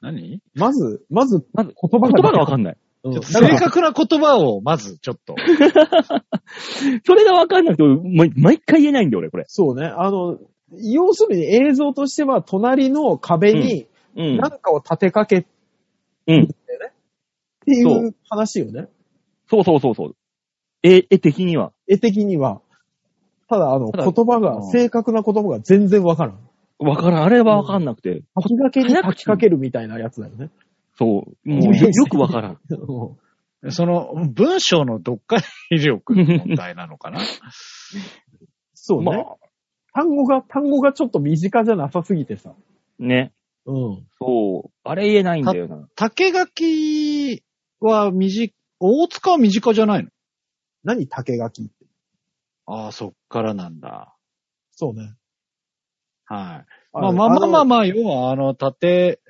Speaker 4: 何
Speaker 3: まず、まず、
Speaker 2: まず
Speaker 3: 言葉
Speaker 2: 言
Speaker 3: が出て
Speaker 2: 葉がわかんない。
Speaker 3: う
Speaker 4: ち
Speaker 3: ん
Speaker 4: ょっと
Speaker 3: だか
Speaker 4: 正
Speaker 3: ら
Speaker 4: 確な言葉をまずちょっ <laughs> と。
Speaker 2: それがわかんなくて、毎毎回言えないんだよ、俺、これ。
Speaker 3: そうね。あの、要するに映像としては、隣の壁に
Speaker 2: うん
Speaker 3: 何。かを立てかけって
Speaker 2: うん。
Speaker 3: い
Speaker 2: そう
Speaker 3: 話よね。
Speaker 2: そうそうそうそう。絵、絵的には。
Speaker 3: 絵的には。ただ、あの、
Speaker 2: ただ
Speaker 3: 言葉
Speaker 4: う
Speaker 3: が、
Speaker 4: ん
Speaker 3: 正確な言葉が全然わからん。
Speaker 2: わからん。あれはわかんなくて。
Speaker 3: 書きかけに書きかけるみたいなやつだよね。 <laughs>
Speaker 2: そう。
Speaker 3: イ
Speaker 2: もう
Speaker 3: メージ
Speaker 2: よよくわからん。
Speaker 3: う
Speaker 4: その、文章の読解力の問題なのかな
Speaker 3: んそうね、
Speaker 2: まあ、
Speaker 3: 単語が、単語がちょっと身近じゃなさすぎてさ。
Speaker 2: ね。
Speaker 3: うん。
Speaker 2: そう。あれ言えないんだよな。
Speaker 4: <laughs> 竹垣は短、大塚は短じゃないの
Speaker 3: 何竹書きって。
Speaker 4: ああ、そっからなんだ。
Speaker 3: そうね。
Speaker 4: はい。まあまあまあまあ
Speaker 3: の
Speaker 4: まあ、要はあの、縦、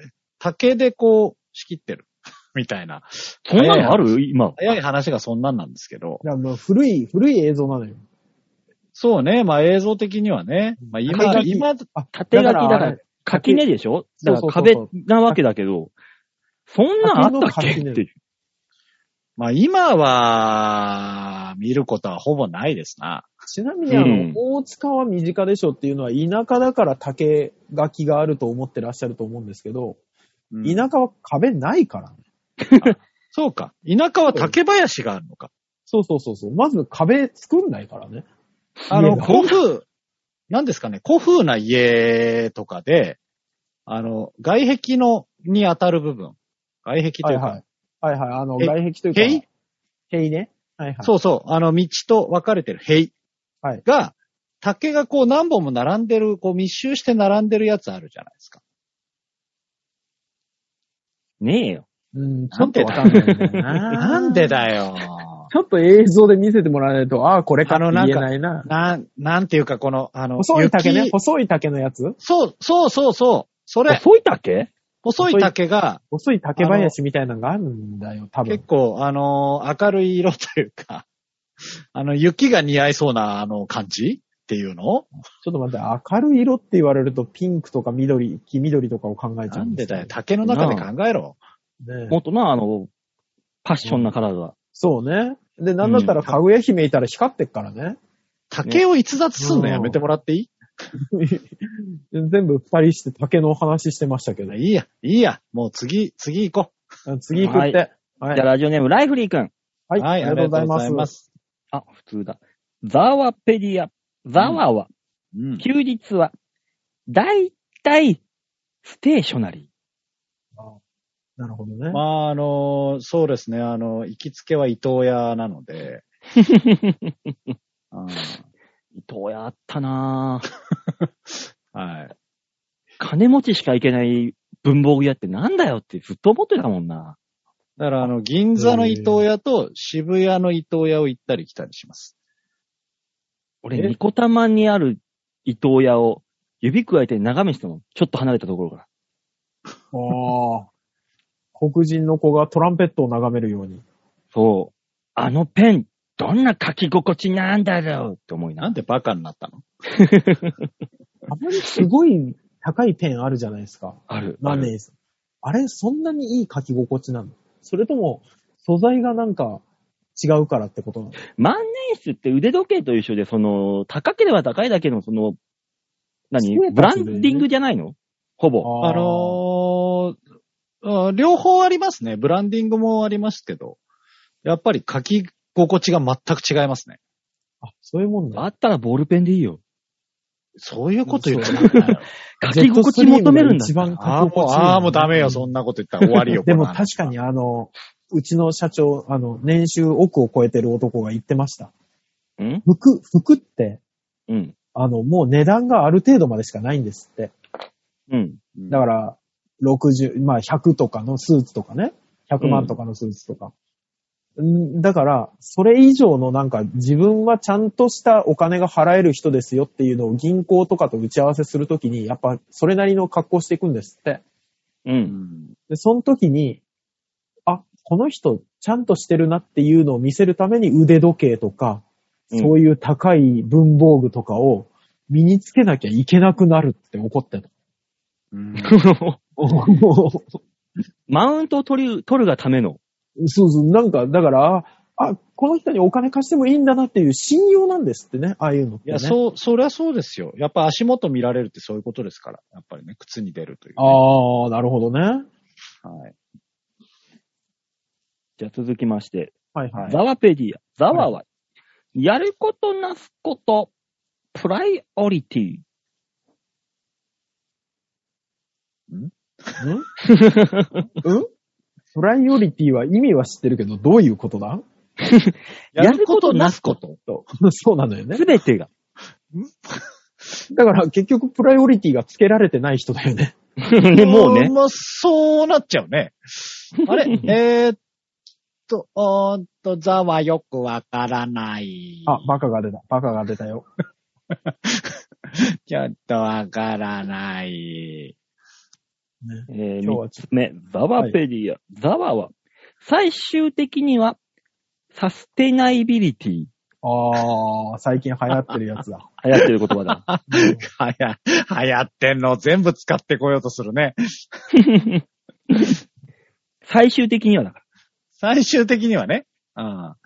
Speaker 4: 竹でこう、仕切ってる。 <laughs> みたいな。
Speaker 2: そんなのある今。
Speaker 4: 早い話がそんなんなんですけど。
Speaker 3: いやもう古い、古い映像なのよ。
Speaker 4: そうね。まあ映像的にはね。まあ
Speaker 3: 竹
Speaker 4: 今、
Speaker 3: 垣
Speaker 4: 今、
Speaker 3: あ、
Speaker 2: 縦書きだから
Speaker 3: あれ
Speaker 2: 垣根でしょだから
Speaker 3: そうそう
Speaker 2: 壁
Speaker 3: そう
Speaker 2: なわけだけど、そんなんあったっけっていう。
Speaker 4: まあ今は、見ることはほぼないですな。
Speaker 3: ちなみにあの、
Speaker 2: うん
Speaker 3: 大塚は身近でしょっていうのは田舎だから竹書きがあると思ってらっしゃると思うんですけど、
Speaker 4: うん
Speaker 3: 田舎は壁ないから、ね。
Speaker 4: そうか。田舎は竹林があるのか。
Speaker 3: そうそうそうそう。まず壁作んないからね。
Speaker 4: あ
Speaker 3: 家
Speaker 4: の、
Speaker 3: が
Speaker 4: 古風、なんですかね、古風な家とかで、あの、外壁の、に当たる部分。外壁と
Speaker 3: はいいう
Speaker 4: か、
Speaker 3: はい。はいはい。あの、
Speaker 4: え
Speaker 3: 外壁というか。
Speaker 4: 塀
Speaker 3: 塀ね。はいはい。
Speaker 4: そうそう、あの、道と分かれてる塀
Speaker 3: はい
Speaker 4: が、竹がこう何本も並んでる、こう密集して並んでるやつあるじゃないですか。
Speaker 2: ねえよ。
Speaker 3: うん、ちょっとわかんないんだよ <laughs> な。
Speaker 4: なんでだよ。
Speaker 3: ちょっと映像で見せてもらわないと、ああ、これかって
Speaker 4: あのなんか
Speaker 3: 言えないな。
Speaker 4: なん、なんていうか、この、あの、
Speaker 3: 細い竹ね。
Speaker 4: 雪
Speaker 3: 細い竹のやつ
Speaker 4: そう、そうそうそう。それ、
Speaker 2: そういったっけ
Speaker 4: 細い竹が
Speaker 3: 細い竹林みたいなのがあるんだよ、多分
Speaker 4: 結。構、あの、明るい色というか、 <laughs> あの、雪が似合いそうな、あの、感じっていうの
Speaker 3: ちょっと待って、明るい色って言われるとピンクとか緑、黄緑とかを考えちゃ
Speaker 4: な
Speaker 3: うんんで
Speaker 4: です
Speaker 3: よ
Speaker 4: だよ。竹の中で考えろ。
Speaker 3: ね
Speaker 2: もっとな、あの、パッションなカラーが。
Speaker 3: そうね。で、なんだったら、かぐや姫いたら光ってっからね。
Speaker 4: 竹を逸脱すんのやめてもらっていい、
Speaker 3: 全部二人して竹のお話してましたけど。
Speaker 4: いいや、いいや。もう次、次行こ
Speaker 3: 次行くって。
Speaker 2: じゃあ、
Speaker 3: はい。
Speaker 2: ラジオネーム、ライフリー君。
Speaker 4: う。
Speaker 3: はい、ありがとうござい
Speaker 4: あ
Speaker 3: ます
Speaker 4: りがとうご。す。
Speaker 2: あ、普通だ。ザワペディア。ザワは、
Speaker 4: うん。
Speaker 2: 休日は、だいたい、ステーショナリ
Speaker 3: なるほどね。
Speaker 4: まあ、あの、そうですね。あの、行きつけは伊東屋なので、
Speaker 2: ー。
Speaker 4: うん
Speaker 2: 伊藤屋あったなぁ。
Speaker 4: はい。
Speaker 2: 金持ちしか行けない文房具屋ってなんだよってずっと思ってたもんな。
Speaker 4: だから、あの、銀座の伊東屋と渋谷の伊東屋を行ったり来たりします。
Speaker 2: 俺、
Speaker 3: え
Speaker 2: ニコタマにある伊藤屋を指くわえて眺めしてたの。ちょっと離れたところから。
Speaker 3: ああ。黒人の子がトランペットを眺めるように。
Speaker 2: そう。あのペン、どんな書き心地なんだろうって思い
Speaker 4: な
Speaker 2: な。
Speaker 4: んでバカになったの
Speaker 3: たまにすごい高いペンあるじゃないですか。
Speaker 2: ある。
Speaker 3: マネーズ。あれ、そんなにいい書き心地なのそれとも、素材がなんか違うからってことなの
Speaker 2: 万年筆って腕時計と一緒で、その、高ければ高いだけの、その、何
Speaker 3: ステータスでね
Speaker 2: ブランディングじゃないのほぼ。
Speaker 4: あ
Speaker 3: あ
Speaker 4: のーあ両方ありますね。ブランディングもありますけど、やっぱり書き心地が全く違いますね。
Speaker 3: ーあ、そういうもん
Speaker 2: あ
Speaker 3: だ。
Speaker 2: ったらボールペンでいいよ。
Speaker 4: そういうこと言っちゃダメだよ。
Speaker 2: 書き心地求めるんだ
Speaker 3: ジェットストリームが一番書き
Speaker 4: ああ、
Speaker 3: 心地いいよ
Speaker 4: もう、
Speaker 3: ね
Speaker 4: ああ、もうダメよ。そんなこと言ったら終わりよ。
Speaker 3: でも
Speaker 4: この話
Speaker 3: 確かにあの、うちの社長、あの、年収億を超えてる男が言ってました。
Speaker 2: ん
Speaker 3: 服、服って、
Speaker 2: うん。
Speaker 3: あの、もう値段がある程度までしかないんですって。
Speaker 2: うん。
Speaker 3: だから、60、まあ100とかのスーツとかね。100万とかのスーツとか。んだから、それ以上のなんか自分はちゃんとしたお金が払える人ですよっていうのを銀行とかと打ち合わせするときに、やっぱそれなりの格好していくんですって。
Speaker 2: う。
Speaker 4: うん
Speaker 2: <laughs>
Speaker 4: ん
Speaker 3: で、その時に、あ、この人ちゃんとしてるなっていうのを見せるために腕時計とか、
Speaker 2: うん
Speaker 3: そういう高い文房具とかを身につけなきゃいけなくなるって
Speaker 2: <laughs>
Speaker 3: 怒ってた。
Speaker 4: うん
Speaker 2: マウントを取る、取るがための。
Speaker 3: そうそう、なんか、だから、あ、この人にお金貸してもいいんだなっていう信用なんですってね、ああいうのって、ね。
Speaker 4: いや、そう、そりゃそうですよ。やっぱ足元見られるってそういうことですから。やっぱりね、靴に出るという、ね。
Speaker 3: ああ、なるほどね。
Speaker 4: はい。
Speaker 2: じゃあ続きまして、
Speaker 3: はいはい。
Speaker 2: ザワペディア。ザワは、やることなすこと、プライオリティ。
Speaker 4: <laughs>
Speaker 3: うんプライオリティは意味は知ってるけど、どういうことだ <laughs>
Speaker 2: やることなすこと。
Speaker 3: そうなのよね
Speaker 2: す。べて
Speaker 3: <laughs>
Speaker 2: が。
Speaker 3: だから結局プライオリティがつけられてない人だよね。
Speaker 2: <laughs> ね、もうね
Speaker 4: ん。まあ、そうなっちゃうね。
Speaker 2: <laughs>
Speaker 4: あれえーっと、おーっと、ザはよくわからない。
Speaker 3: あ、バカが出た。バカが出たよ。
Speaker 4: ちょっとわからない。
Speaker 3: ね、
Speaker 2: えー、
Speaker 3: 今日は
Speaker 2: 3
Speaker 3: ちょっ
Speaker 2: つ目、ザワペディア。ザワは、最終的には、サステナイビリティ。流
Speaker 3: と、ああ、最近流行ってるやつ
Speaker 4: <laughs>
Speaker 3: だ。
Speaker 2: 行ってる言葉だ。
Speaker 3: <laughs>
Speaker 4: はや、流行ってんの全部使ってこようとするね。
Speaker 2: 最終的にはだか
Speaker 4: 最終的にはね。あ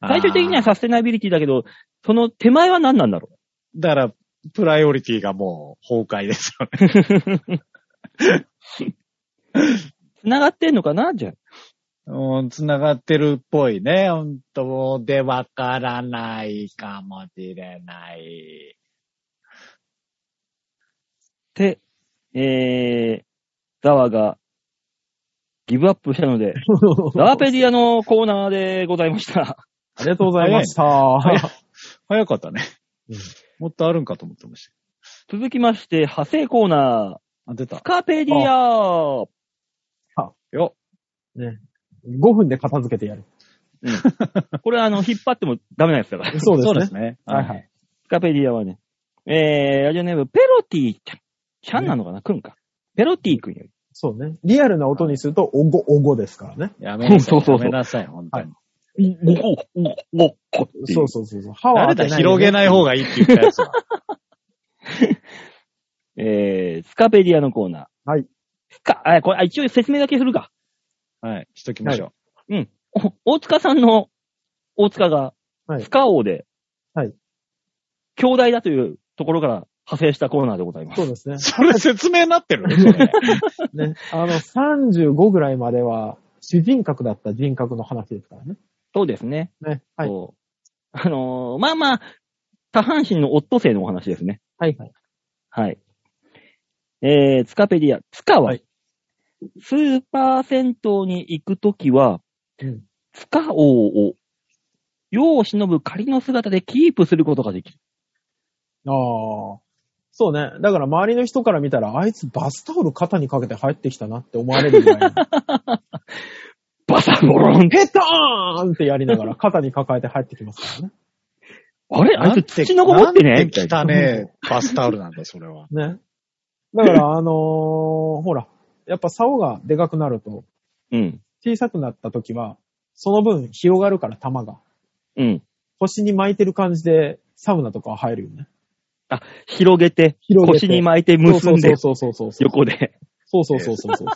Speaker 4: あ
Speaker 2: ら。最終的にはサステナビリティだけど、その手前は何なんだろ
Speaker 4: だから、プライオリティがもう崩壊ですよね。 <laughs>
Speaker 2: う繋がってんのかなじゃあ。
Speaker 4: うん、繋がってるっぽいね。ほんと、もうで、わからないかもしれない。
Speaker 2: で、えー、ザワが、ギブアップしたの
Speaker 3: <laughs>
Speaker 2: で、ザワペディアのコーナーでございました。 <laughs>
Speaker 3: ありがとうございました。
Speaker 4: 早い早かったね
Speaker 3: うん。
Speaker 4: もっとあるんかと思ってました。
Speaker 2: 続きまして、派生コーナ
Speaker 4: あ、出
Speaker 2: ー、
Speaker 4: た
Speaker 2: ス。カペディア。
Speaker 4: よ。
Speaker 3: ね、5分で片付けてやる。
Speaker 2: これはあの、引っ張ってもダメなやつだから。
Speaker 3: <laughs> そうですね。
Speaker 4: そうですね。
Speaker 3: はいはい。
Speaker 2: スカペディアはね、えー、ラジオネーム、ペロティちゃん。ちゃんなのかな、くんか。ペロティくんより。
Speaker 3: そうね。リアルな音にすると、おご、おごですからね。
Speaker 4: やめなさ
Speaker 2: そう
Speaker 4: い。
Speaker 2: そうそう
Speaker 4: やめなさい、本当に。
Speaker 2: お、お、お、こ
Speaker 3: そうそうそうそう。歯
Speaker 4: 誰
Speaker 3: 当
Speaker 4: だ、
Speaker 3: て
Speaker 4: 広げない方がいいって言ったやつは。
Speaker 2: えー、スカペディアのコーナー。
Speaker 3: はい。
Speaker 2: スカ、あ、これ、あ一応説明だけするか。
Speaker 4: はい。しときましょ
Speaker 2: うん。お <laughs> 大塚さんの、大塚が
Speaker 3: は、い
Speaker 2: スカ王で、
Speaker 3: はい。
Speaker 2: 兄弟だというところから派生したコーナーでございます。
Speaker 3: そうですね
Speaker 4: う。。それ説明になってるそれ
Speaker 3: ね。あの、35ぐらいまでは、主人格だった人格の話ですからね。
Speaker 2: そうですね。
Speaker 3: ね。はい。
Speaker 2: そうあのーまあまあ、多半身のオットセイのお話ですね。
Speaker 3: はいはい。
Speaker 2: はい。えー、ツカペディア。ツカは、
Speaker 3: はい
Speaker 2: スーパー銭湯に行くときは、
Speaker 3: うん
Speaker 2: ツカ王を、世を忍ぶ仮の姿でキープすることができる。
Speaker 3: ああ。そうね。だから周りの人から見たら、あいつバスタオル肩にかけて入ってきたなって思われるぐらい
Speaker 4: <laughs>
Speaker 3: の。
Speaker 2: バサゴロン
Speaker 3: ヘターンってやりながら肩に抱えて入ってきますからね。
Speaker 2: あれあいつ土のこぼってねみたいな
Speaker 4: 汚ねえバスタオルなんだ、それは。
Speaker 3: ね。だから、あのーほら、やっぱ竿がでかくなると、
Speaker 2: うん。
Speaker 3: 小さくなった時は、その分広がるから球が。
Speaker 2: うん。
Speaker 3: 腰に巻いてる感じでサウナとかは入るよね。
Speaker 2: あ、広げて、
Speaker 3: 広げて
Speaker 2: 腰に巻いて結んで、
Speaker 3: そうそうそうそうそう。
Speaker 2: 横で。
Speaker 3: そうそうそうそうそう。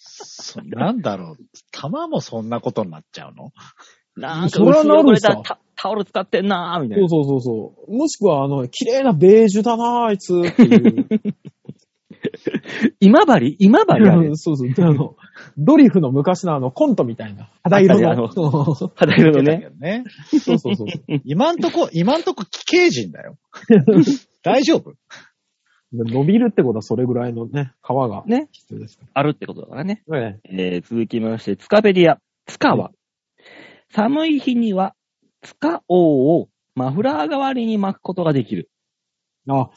Speaker 4: そなんだろう。玉もそんなことになっちゃうの
Speaker 2: なんか、
Speaker 3: それはなるんす
Speaker 2: 後
Speaker 3: か
Speaker 2: ろ汚れたタタオル使ってんなーみたい
Speaker 3: そう
Speaker 2: な。
Speaker 3: そうそうそう。もしくは、あの、綺麗なベージュだなあいつっていう。
Speaker 2: 今治今治あれ
Speaker 3: う。んそうそう。であの、ドリフの昔のあの、コントみたいな。肌色
Speaker 2: あ
Speaker 3: の。
Speaker 2: の
Speaker 3: そう
Speaker 2: 肌色の
Speaker 4: だ
Speaker 2: ね。
Speaker 4: けどね。
Speaker 3: そうそうそう。
Speaker 4: 今んとこ、今んとこ、既刑人だよ。大丈夫
Speaker 3: 伸びるってことはそれぐらいのね、皮が
Speaker 2: ね。
Speaker 3: 必要ですか
Speaker 2: あるってことだからね。
Speaker 3: らね。
Speaker 2: えー、続きまして、ツカペディア。ツカは、寒い日には、ツカ王をマフラー代わりに巻くことができる。
Speaker 3: あ、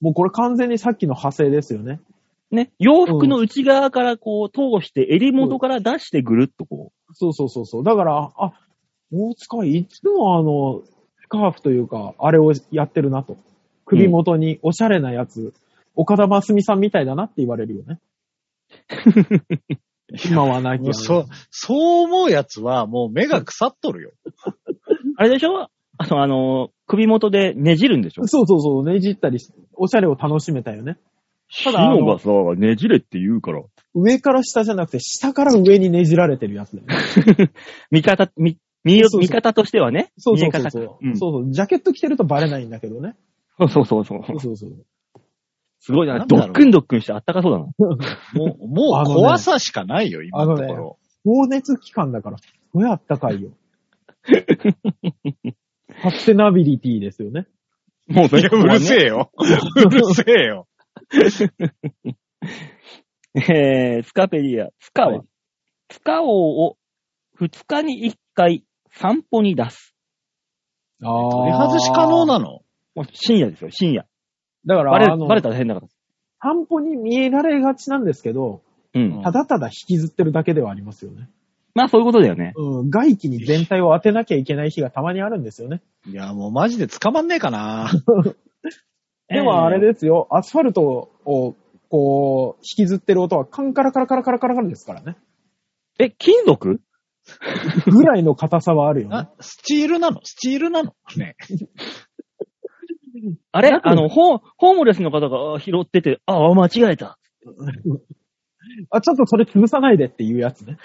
Speaker 3: もうこれ完全にさっきの派生ですよね。
Speaker 2: ね。洋服の内側からこう通して、襟元から出してぐるっとこ
Speaker 3: そうそうそうそう。だから、あ、大塚いつもあの、スカーフというか、あれをやってるなと。首元におしゃれなやつ、岡田真澄さんみたいだなって言われるよ
Speaker 2: <laughs>
Speaker 3: ね。今はないけ
Speaker 4: も
Speaker 3: ど。
Speaker 4: うそう、そう思うやつは、もう目が腐っとるよ。
Speaker 2: う。あれでしょあの、あの、首元でねじるんでしょ
Speaker 3: そうそうそう、ねじったりし、おしゃれを楽しめたよね。
Speaker 2: シ
Speaker 3: ただあの
Speaker 2: ノがさ、ねじれって言うから。
Speaker 3: 上から下じゃなくて、下から上にねじられてるやつだよね。
Speaker 2: 味方、み見
Speaker 3: そうそう
Speaker 2: 見方としてはね。
Speaker 3: そうそう
Speaker 2: 見え
Speaker 3: そう
Speaker 2: 方
Speaker 3: そう、
Speaker 2: うん
Speaker 3: そうそう。ジャケット着てるとバレないんだけどね。
Speaker 2: そうそうそうそ
Speaker 3: そう
Speaker 2: う。
Speaker 3: そうそう。
Speaker 2: すごいな。
Speaker 4: なん
Speaker 2: ド
Speaker 4: だろう
Speaker 2: ックンドックンしてあったかそうだな。
Speaker 4: もう、も
Speaker 3: あ
Speaker 4: う
Speaker 3: のね
Speaker 4: 怖さしかないよ、今のと
Speaker 3: あ
Speaker 4: こ
Speaker 3: の
Speaker 4: ろ。
Speaker 3: 放熱期間だから、すごいあったかいよ。サステナビリティですよね。
Speaker 2: もうそ
Speaker 4: いや、うるせえ <laughs> よ。うるせえよ。
Speaker 2: <laughs> えー、スカペリア、スカは、
Speaker 3: はい
Speaker 2: スカ王を2日に1回散歩に出す。
Speaker 3: ああ。
Speaker 4: 取り外し可能なの
Speaker 2: もう深夜ですよ、深夜。
Speaker 3: だか
Speaker 2: バレ
Speaker 3: ら、あの、
Speaker 2: バレたら変だから。
Speaker 3: 散歩に見えられがちなんですけど、
Speaker 2: うん。
Speaker 4: うん
Speaker 3: ただただ引きずってるだけではありますよね。
Speaker 2: まあそういうことだよね。
Speaker 3: うん、外気に全体を当てなきゃいけない日がたまにあるんですよね。
Speaker 4: いや、もうマジで捕まんねえか <laughs> な。
Speaker 3: でもあれですよ、アスファルトを、こう、引きずってる音はカンカラカラカラカラカラカラですから <laughs> ね。
Speaker 2: え、金属
Speaker 3: ぐらいの硬さはあるよね
Speaker 4: な。スチールなのスチールなのね。
Speaker 2: あれ
Speaker 3: なく
Speaker 2: あの、ホー、ホームレスの方があー拾ってて、ああ、間違えた。
Speaker 3: あ、ちょっとそれ潰さないでっていうやつ <laughs> ね。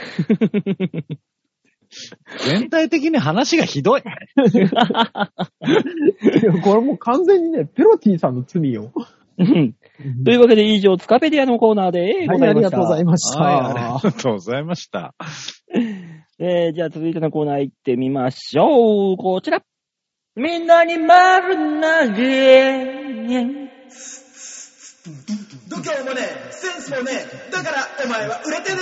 Speaker 4: 全体的に話がひど <laughs> い。
Speaker 3: いやこれもう完全にね、ペロティさんの罪よ。
Speaker 2: うんというわけで以上、スカペディアのコーナーでご
Speaker 3: は
Speaker 2: ざ
Speaker 3: い、あ
Speaker 2: いま
Speaker 3: り
Speaker 2: し
Speaker 3: が
Speaker 2: た。
Speaker 3: とうございました。
Speaker 4: はい、ありがとうございました。
Speaker 2: えー、じゃあ続いてのコーナー行ってみましょう。こちら。みんなに丸投げ。
Speaker 1: 度胸もねえセンスもねえだからお前は売れてね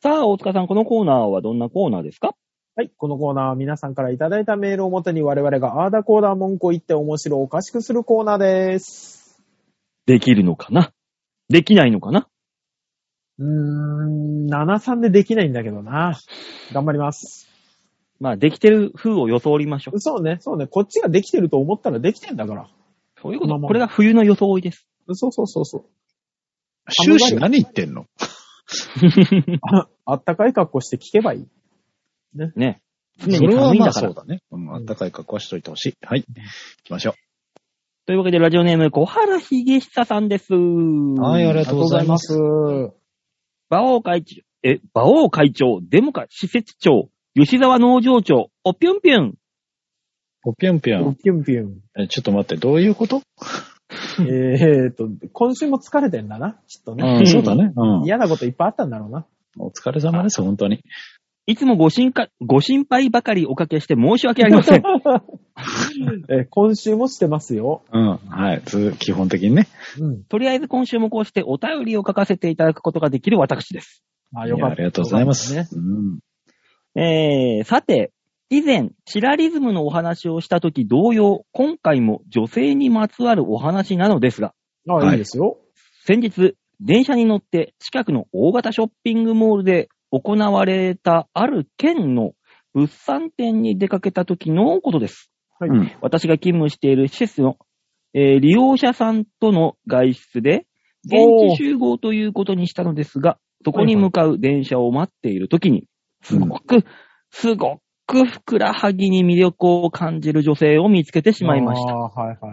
Speaker 2: さあ、大塚さん、このコーナーはどんなコーナーですか
Speaker 3: はい。このコーナーは皆さんからいただいたメールをもとに我々がアーダコーダー文句を言って面白おかしくするコーナーです。
Speaker 2: できるのかなできないのかな
Speaker 3: うーん、73でできないんだけどな。頑張ります。
Speaker 2: まあ、できてる風を装いましょう。
Speaker 3: そうね、そうね。こっちができてると思ったらできてんだから。
Speaker 2: そういうこ
Speaker 3: ま
Speaker 2: と。
Speaker 3: あまあ
Speaker 2: これが冬の装いです。
Speaker 3: そうそうそう
Speaker 4: <laughs>
Speaker 3: そう。
Speaker 4: 終始何言ってんの
Speaker 3: ああったかい格好して聞けばいい。
Speaker 2: ね。
Speaker 4: そ
Speaker 2: 常に
Speaker 4: れは
Speaker 2: 寒いん
Speaker 4: まあ
Speaker 2: だか
Speaker 4: そ
Speaker 2: ら
Speaker 4: う。だね。うん、あったかい格好はしといてほしい。はい。行きましょ
Speaker 2: というわけで、ラジオネーム、小原秀久さんです。
Speaker 4: う。はい、ありがとうございます。
Speaker 3: ありがとうございます。
Speaker 2: 馬王会長、え、馬王会長、デモカ施設長、吉沢農場長、おぴょんぴょん。
Speaker 4: おぴょんぴょん。
Speaker 3: ピュンピュン。
Speaker 4: えちょっと待って、どういうこと
Speaker 3: えーっと、今週も疲れてんだな、きっとね。
Speaker 4: うん、そうだね。うん。
Speaker 3: 嫌なこといっぱいあったんだろうな。
Speaker 4: お疲れ様です、本当に。
Speaker 2: いつもご心配、ご心配ばかりおかけして申し訳ありま
Speaker 3: <laughs>
Speaker 2: せん。
Speaker 3: えー今週もしてますよ。
Speaker 4: うん。はい。つ基本的にね。
Speaker 3: うん。
Speaker 2: とりあえず今週もこうしてお便りを書かせていただくことができる私です。
Speaker 3: あ、
Speaker 4: い
Speaker 3: よ
Speaker 4: や
Speaker 3: かった。
Speaker 4: ありがとうございます。
Speaker 3: よかっ
Speaker 4: うん。
Speaker 2: えー、さて、以前、チラリズムのお話をしたとき同様、今回も女性にまつわるお話なのですが、
Speaker 3: たね。
Speaker 4: はい
Speaker 3: あ、いいですよ。
Speaker 2: 先日、電車に乗って近くの大型ショッピングモールで行われたある県の物産展に出かけた時のことです。
Speaker 3: はい
Speaker 4: うん
Speaker 2: 私が勤務している施設の、えー利用者さんとの外出で、現地集合ということにしたのですが、そこに向かう電車を待っている時に、すごく、すごくふくらはぎに魅力を感じる女性を見つけてしまいました。
Speaker 3: ああ、はいはいはい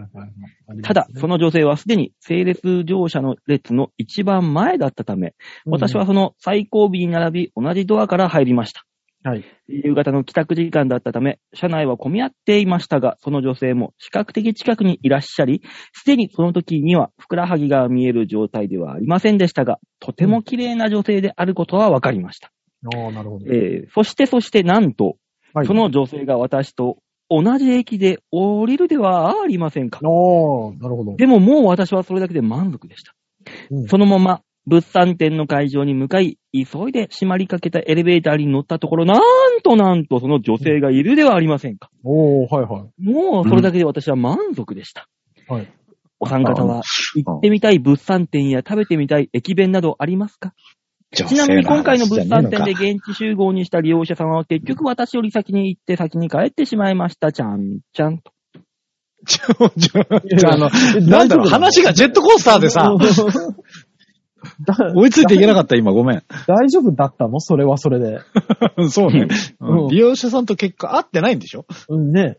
Speaker 3: はい。
Speaker 2: ただ、そ
Speaker 3: の、
Speaker 2: の女性はすでに整列乗車の列の一番前だったため、私はその最後尾に並び同じドアから入りました。
Speaker 3: うん、はい。
Speaker 2: 夕方の帰宅時間だったため、車内は混み合っていましたが、その女性も比較的近くにいらっしゃり、すでにその時にはふくらはぎが見える状態ではありませんでしたが、とても綺麗な女性であることは分かりました。
Speaker 3: おーなるほど。
Speaker 2: えーそしてそしてなんと、
Speaker 3: はい
Speaker 2: そ、の女性が私と同じ駅で降りるではありませんか。
Speaker 3: おーなるほど。
Speaker 2: でももう私はそれだけで満足でした。
Speaker 3: うん
Speaker 2: そのまま物産展の会場に向かい、急いで閉まりかけたエレベーターに乗ったところ、なんとなんとその女性がいるではありませんか。
Speaker 3: おーはいはい。
Speaker 2: もうそれだけで私は満足でした。
Speaker 3: はい。
Speaker 2: お三方は行ってみたい物産展や食べてみたい駅弁などありますかちなみに今回の物産展で現地集合にした利用者さんは結局私より先に行って先に帰ってしまいました。ちゃんちゃんと。
Speaker 4: ちょ、ちょ、ちょ、あの、
Speaker 3: え
Speaker 4: なんだろう、
Speaker 3: 大丈
Speaker 4: 話がジェットコースターでさ
Speaker 3: 夫、 <laughs> だ
Speaker 4: 追いついていけなかった、今、ごめ
Speaker 3: 大丈夫だったのそれはそれで。
Speaker 4: ん。そうね、
Speaker 3: うん
Speaker 4: うん利用者さんと結果合ってないんでしょ
Speaker 3: うんね。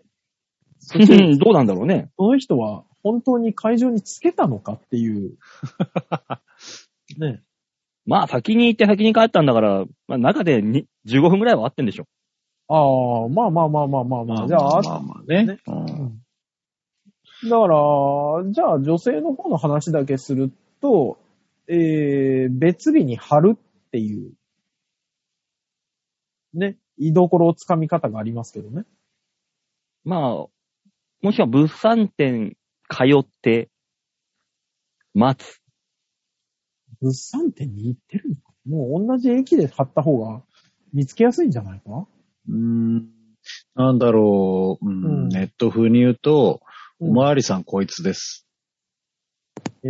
Speaker 3: そ
Speaker 2: ど
Speaker 3: して
Speaker 2: うなんだろうね。
Speaker 3: その人は本当に会場につけたのかっていう。ね。
Speaker 2: まあ先に行って先に帰ったんだから、まあ中でに15分ぐらいは会ってんでしょ。
Speaker 3: ああ、まあまあまあまあまあまあ。じゃあ、
Speaker 4: まあまあね
Speaker 3: ね。
Speaker 4: うん
Speaker 3: だから、じゃあ女性の方の話だけすると、えー、別日に貼るっていう、ね、居所をつかみ方がありますけどね。
Speaker 2: まあ、もしくは物産展通って、待つ。
Speaker 3: 物産展に行ってるのかもう同じ駅で貼った方が見つけやすいんじゃないか
Speaker 4: うーんなんだろう、うん
Speaker 3: うん
Speaker 4: ネット風に言うと、
Speaker 3: うん
Speaker 4: おまわりさんこいつです。
Speaker 3: えー、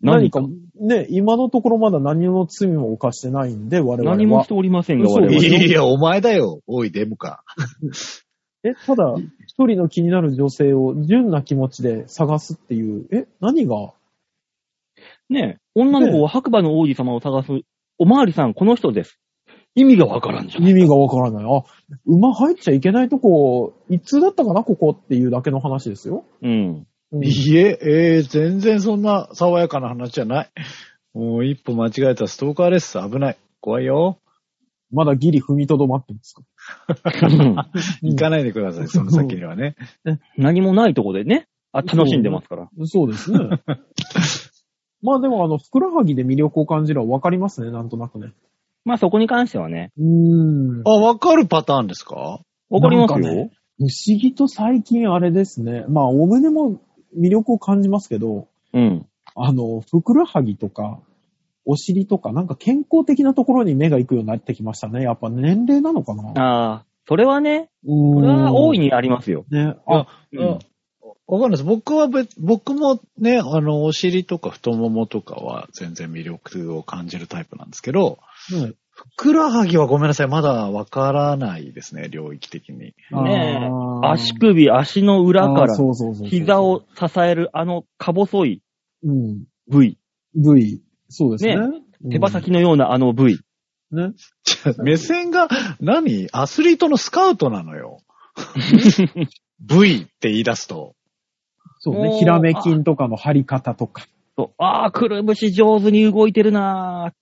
Speaker 2: 何
Speaker 3: 何
Speaker 2: か
Speaker 3: か、ね、今のところまだ何の罪も犯してないんで、我々は。
Speaker 2: 何もしておりませんが、
Speaker 3: 嘘
Speaker 2: 我
Speaker 3: うん
Speaker 4: い
Speaker 2: 々。
Speaker 4: やいや、お前だよ。おい、デムか。
Speaker 3: え、ただ、一人の気になる女性を純な気持ちで探すっていう、え、何が
Speaker 2: ねえ女の子は白馬の王子様を探す、おまわりさん、この人です。意味がわからんじゃん。
Speaker 3: 意味がわからない。あ、馬入っちゃいけないとこ、一通だったかな、ここっていうだけの話ですよ。
Speaker 2: うん。
Speaker 4: <laughs>
Speaker 3: うん
Speaker 4: いいえ、えー全然そんな爽やかな話じゃない。もう一歩間違えたらストーカーです。危ない。怖いよ。
Speaker 3: まだギリ踏みとどまってますか。
Speaker 4: 行かないでください、その先にはね。
Speaker 2: <laughs> 何もないとこでね、あ楽しんでますから。
Speaker 3: そうですね。まあでも、あの、ふくらはぎで魅力を感じるはわかりますね、なんとなくね。
Speaker 2: まあそこに関してはね、
Speaker 3: うーん
Speaker 4: <laughs> あ、。わかるパターンですか
Speaker 2: わかりますよ。
Speaker 3: なんかね不思議と最近あれですね。まあ、お胸も魅力を感じますけど、
Speaker 2: うん。
Speaker 3: あの、ふくらはぎとか、お尻とか、なんか健康的なところに目が行くようになってきましたね。やっぱ年齢なのかな
Speaker 2: ああ、それはね、そ
Speaker 3: こ
Speaker 2: れは大いにありますよ。
Speaker 3: ね。あ、
Speaker 2: うん
Speaker 4: あわかんないです。僕は別、僕もね、あの、お尻とか太ももとかは全然魅力を感じるタイプなんですけど、
Speaker 3: ね
Speaker 4: ふくらはぎはごめんなさい、まだわからないですね、領域的に。
Speaker 2: ねえ
Speaker 3: あー
Speaker 2: 足首、足の裏か
Speaker 3: あー
Speaker 2: ら、
Speaker 3: そうそうそうそう
Speaker 2: 膝を支えるあのか細い
Speaker 3: うん。
Speaker 2: 部位、
Speaker 3: 部位。そうですね。
Speaker 2: ね
Speaker 3: うん
Speaker 2: 手羽。先のようなあの部位。
Speaker 3: ね。
Speaker 4: じゃ <laughs> あ目線が何、アスリートのスカウトなの <laughs> よ。V って言い出すと。
Speaker 3: そう
Speaker 2: もう
Speaker 3: ね。ひらめ筋とかの張り方とか。
Speaker 2: そうああ、くるぶし上手に動いてるな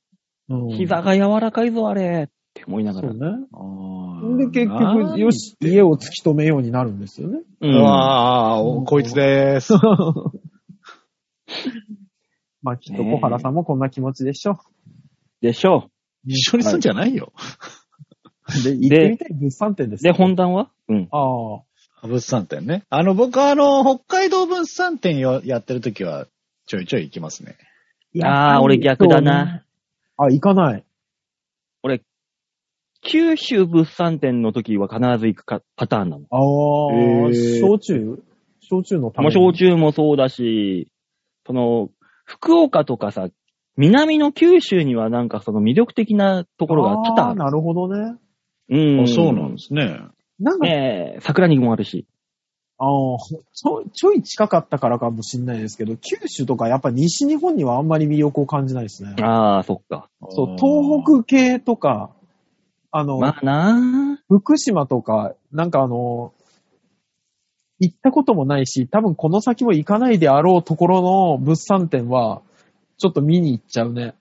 Speaker 3: うん
Speaker 2: ー膝が柔らかいぞ、あれ。って思いなが
Speaker 3: そ
Speaker 2: ら。
Speaker 3: うね。
Speaker 4: で
Speaker 3: で、結局、よし、家を突き止めようになるんですよね。
Speaker 2: うん
Speaker 4: ああ、おこいつです。
Speaker 3: まあ、きっと小原さんもこんな気持ちでしょ。
Speaker 2: でしょ
Speaker 4: <laughs> 一緒にすんじゃないよ。
Speaker 3: で、行ってみたい物産展で
Speaker 2: う。
Speaker 3: す
Speaker 2: で、
Speaker 3: よ。
Speaker 2: 本段はうん。
Speaker 3: ああ。
Speaker 4: 物産展ね。あの、僕はあの、北海道物産展よやってる時は、ちょいちょい行きますね。
Speaker 2: ああ、俺逆だな。
Speaker 3: そうね。あ、行かない。
Speaker 2: 九州物産展の時は必ず行くかパターンなの。
Speaker 3: ああ、
Speaker 4: へえ
Speaker 3: 焼酎焼酎のため
Speaker 2: もう
Speaker 3: に。
Speaker 2: 焼酎もそうだし、その、福岡とかさ、南の九州にはなんかその魅力的なところが多々
Speaker 3: あ
Speaker 2: あ
Speaker 3: ー
Speaker 2: る。
Speaker 3: なるほどね。
Speaker 2: うん。
Speaker 4: あそうなんですね。
Speaker 3: なんか、
Speaker 2: ねえ、桜肉もあるし。
Speaker 3: あのちょちょい近かったからかもしれないですけど、九州とかやっぱ西日本にはあんまり魅力を感じないですね。
Speaker 2: ああ、そっか。
Speaker 3: そう、東北系とか、あの、
Speaker 2: まあな
Speaker 3: 福島とか、なんかあの、行ったこともないし、多分この先も行かないであろうところの物産展は、ちょっと見に行っちゃうね。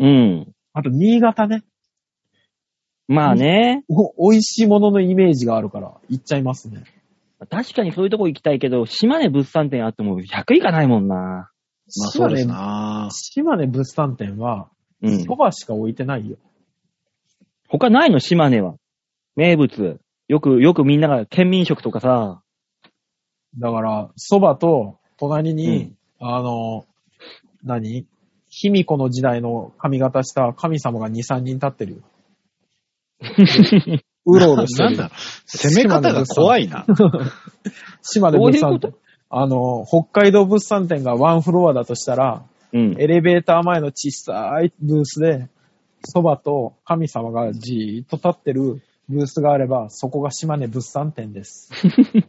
Speaker 2: うん。
Speaker 3: あと、新潟ね。
Speaker 2: まあね、
Speaker 3: お、 <laughs> 美味しいもののイメージがあるから、行っちゃいますね。
Speaker 2: 確かにそういうとこ行きたいけど、島根物産展あっても100いかないもんな。
Speaker 4: まあそうです
Speaker 3: 島根
Speaker 4: な。
Speaker 3: 島根物産展は、
Speaker 2: うん
Speaker 3: そ。ばしか置いてないよ。
Speaker 2: 他ないの島根は。名物。よく、よくみんなが県民食とかさ。
Speaker 3: だから、蕎麦と、隣
Speaker 2: う
Speaker 3: に、あの、何卑弥呼の時代の髪型した神様が2、3人立
Speaker 4: <laughs>
Speaker 3: ってるよ。うろうろして
Speaker 4: なん
Speaker 3: る
Speaker 4: だ
Speaker 3: よ。
Speaker 4: ろう攻め方が怖い
Speaker 3: <laughs>
Speaker 4: な。
Speaker 3: 島根物産
Speaker 2: どういう
Speaker 3: 展。あの、北海道物産展がワンフロアだとしたら、
Speaker 2: うん。
Speaker 3: エレベーター前の小さいブースで、蕎麦と神様がじーっと立ってるブースがあれば、そこが島根物産展です。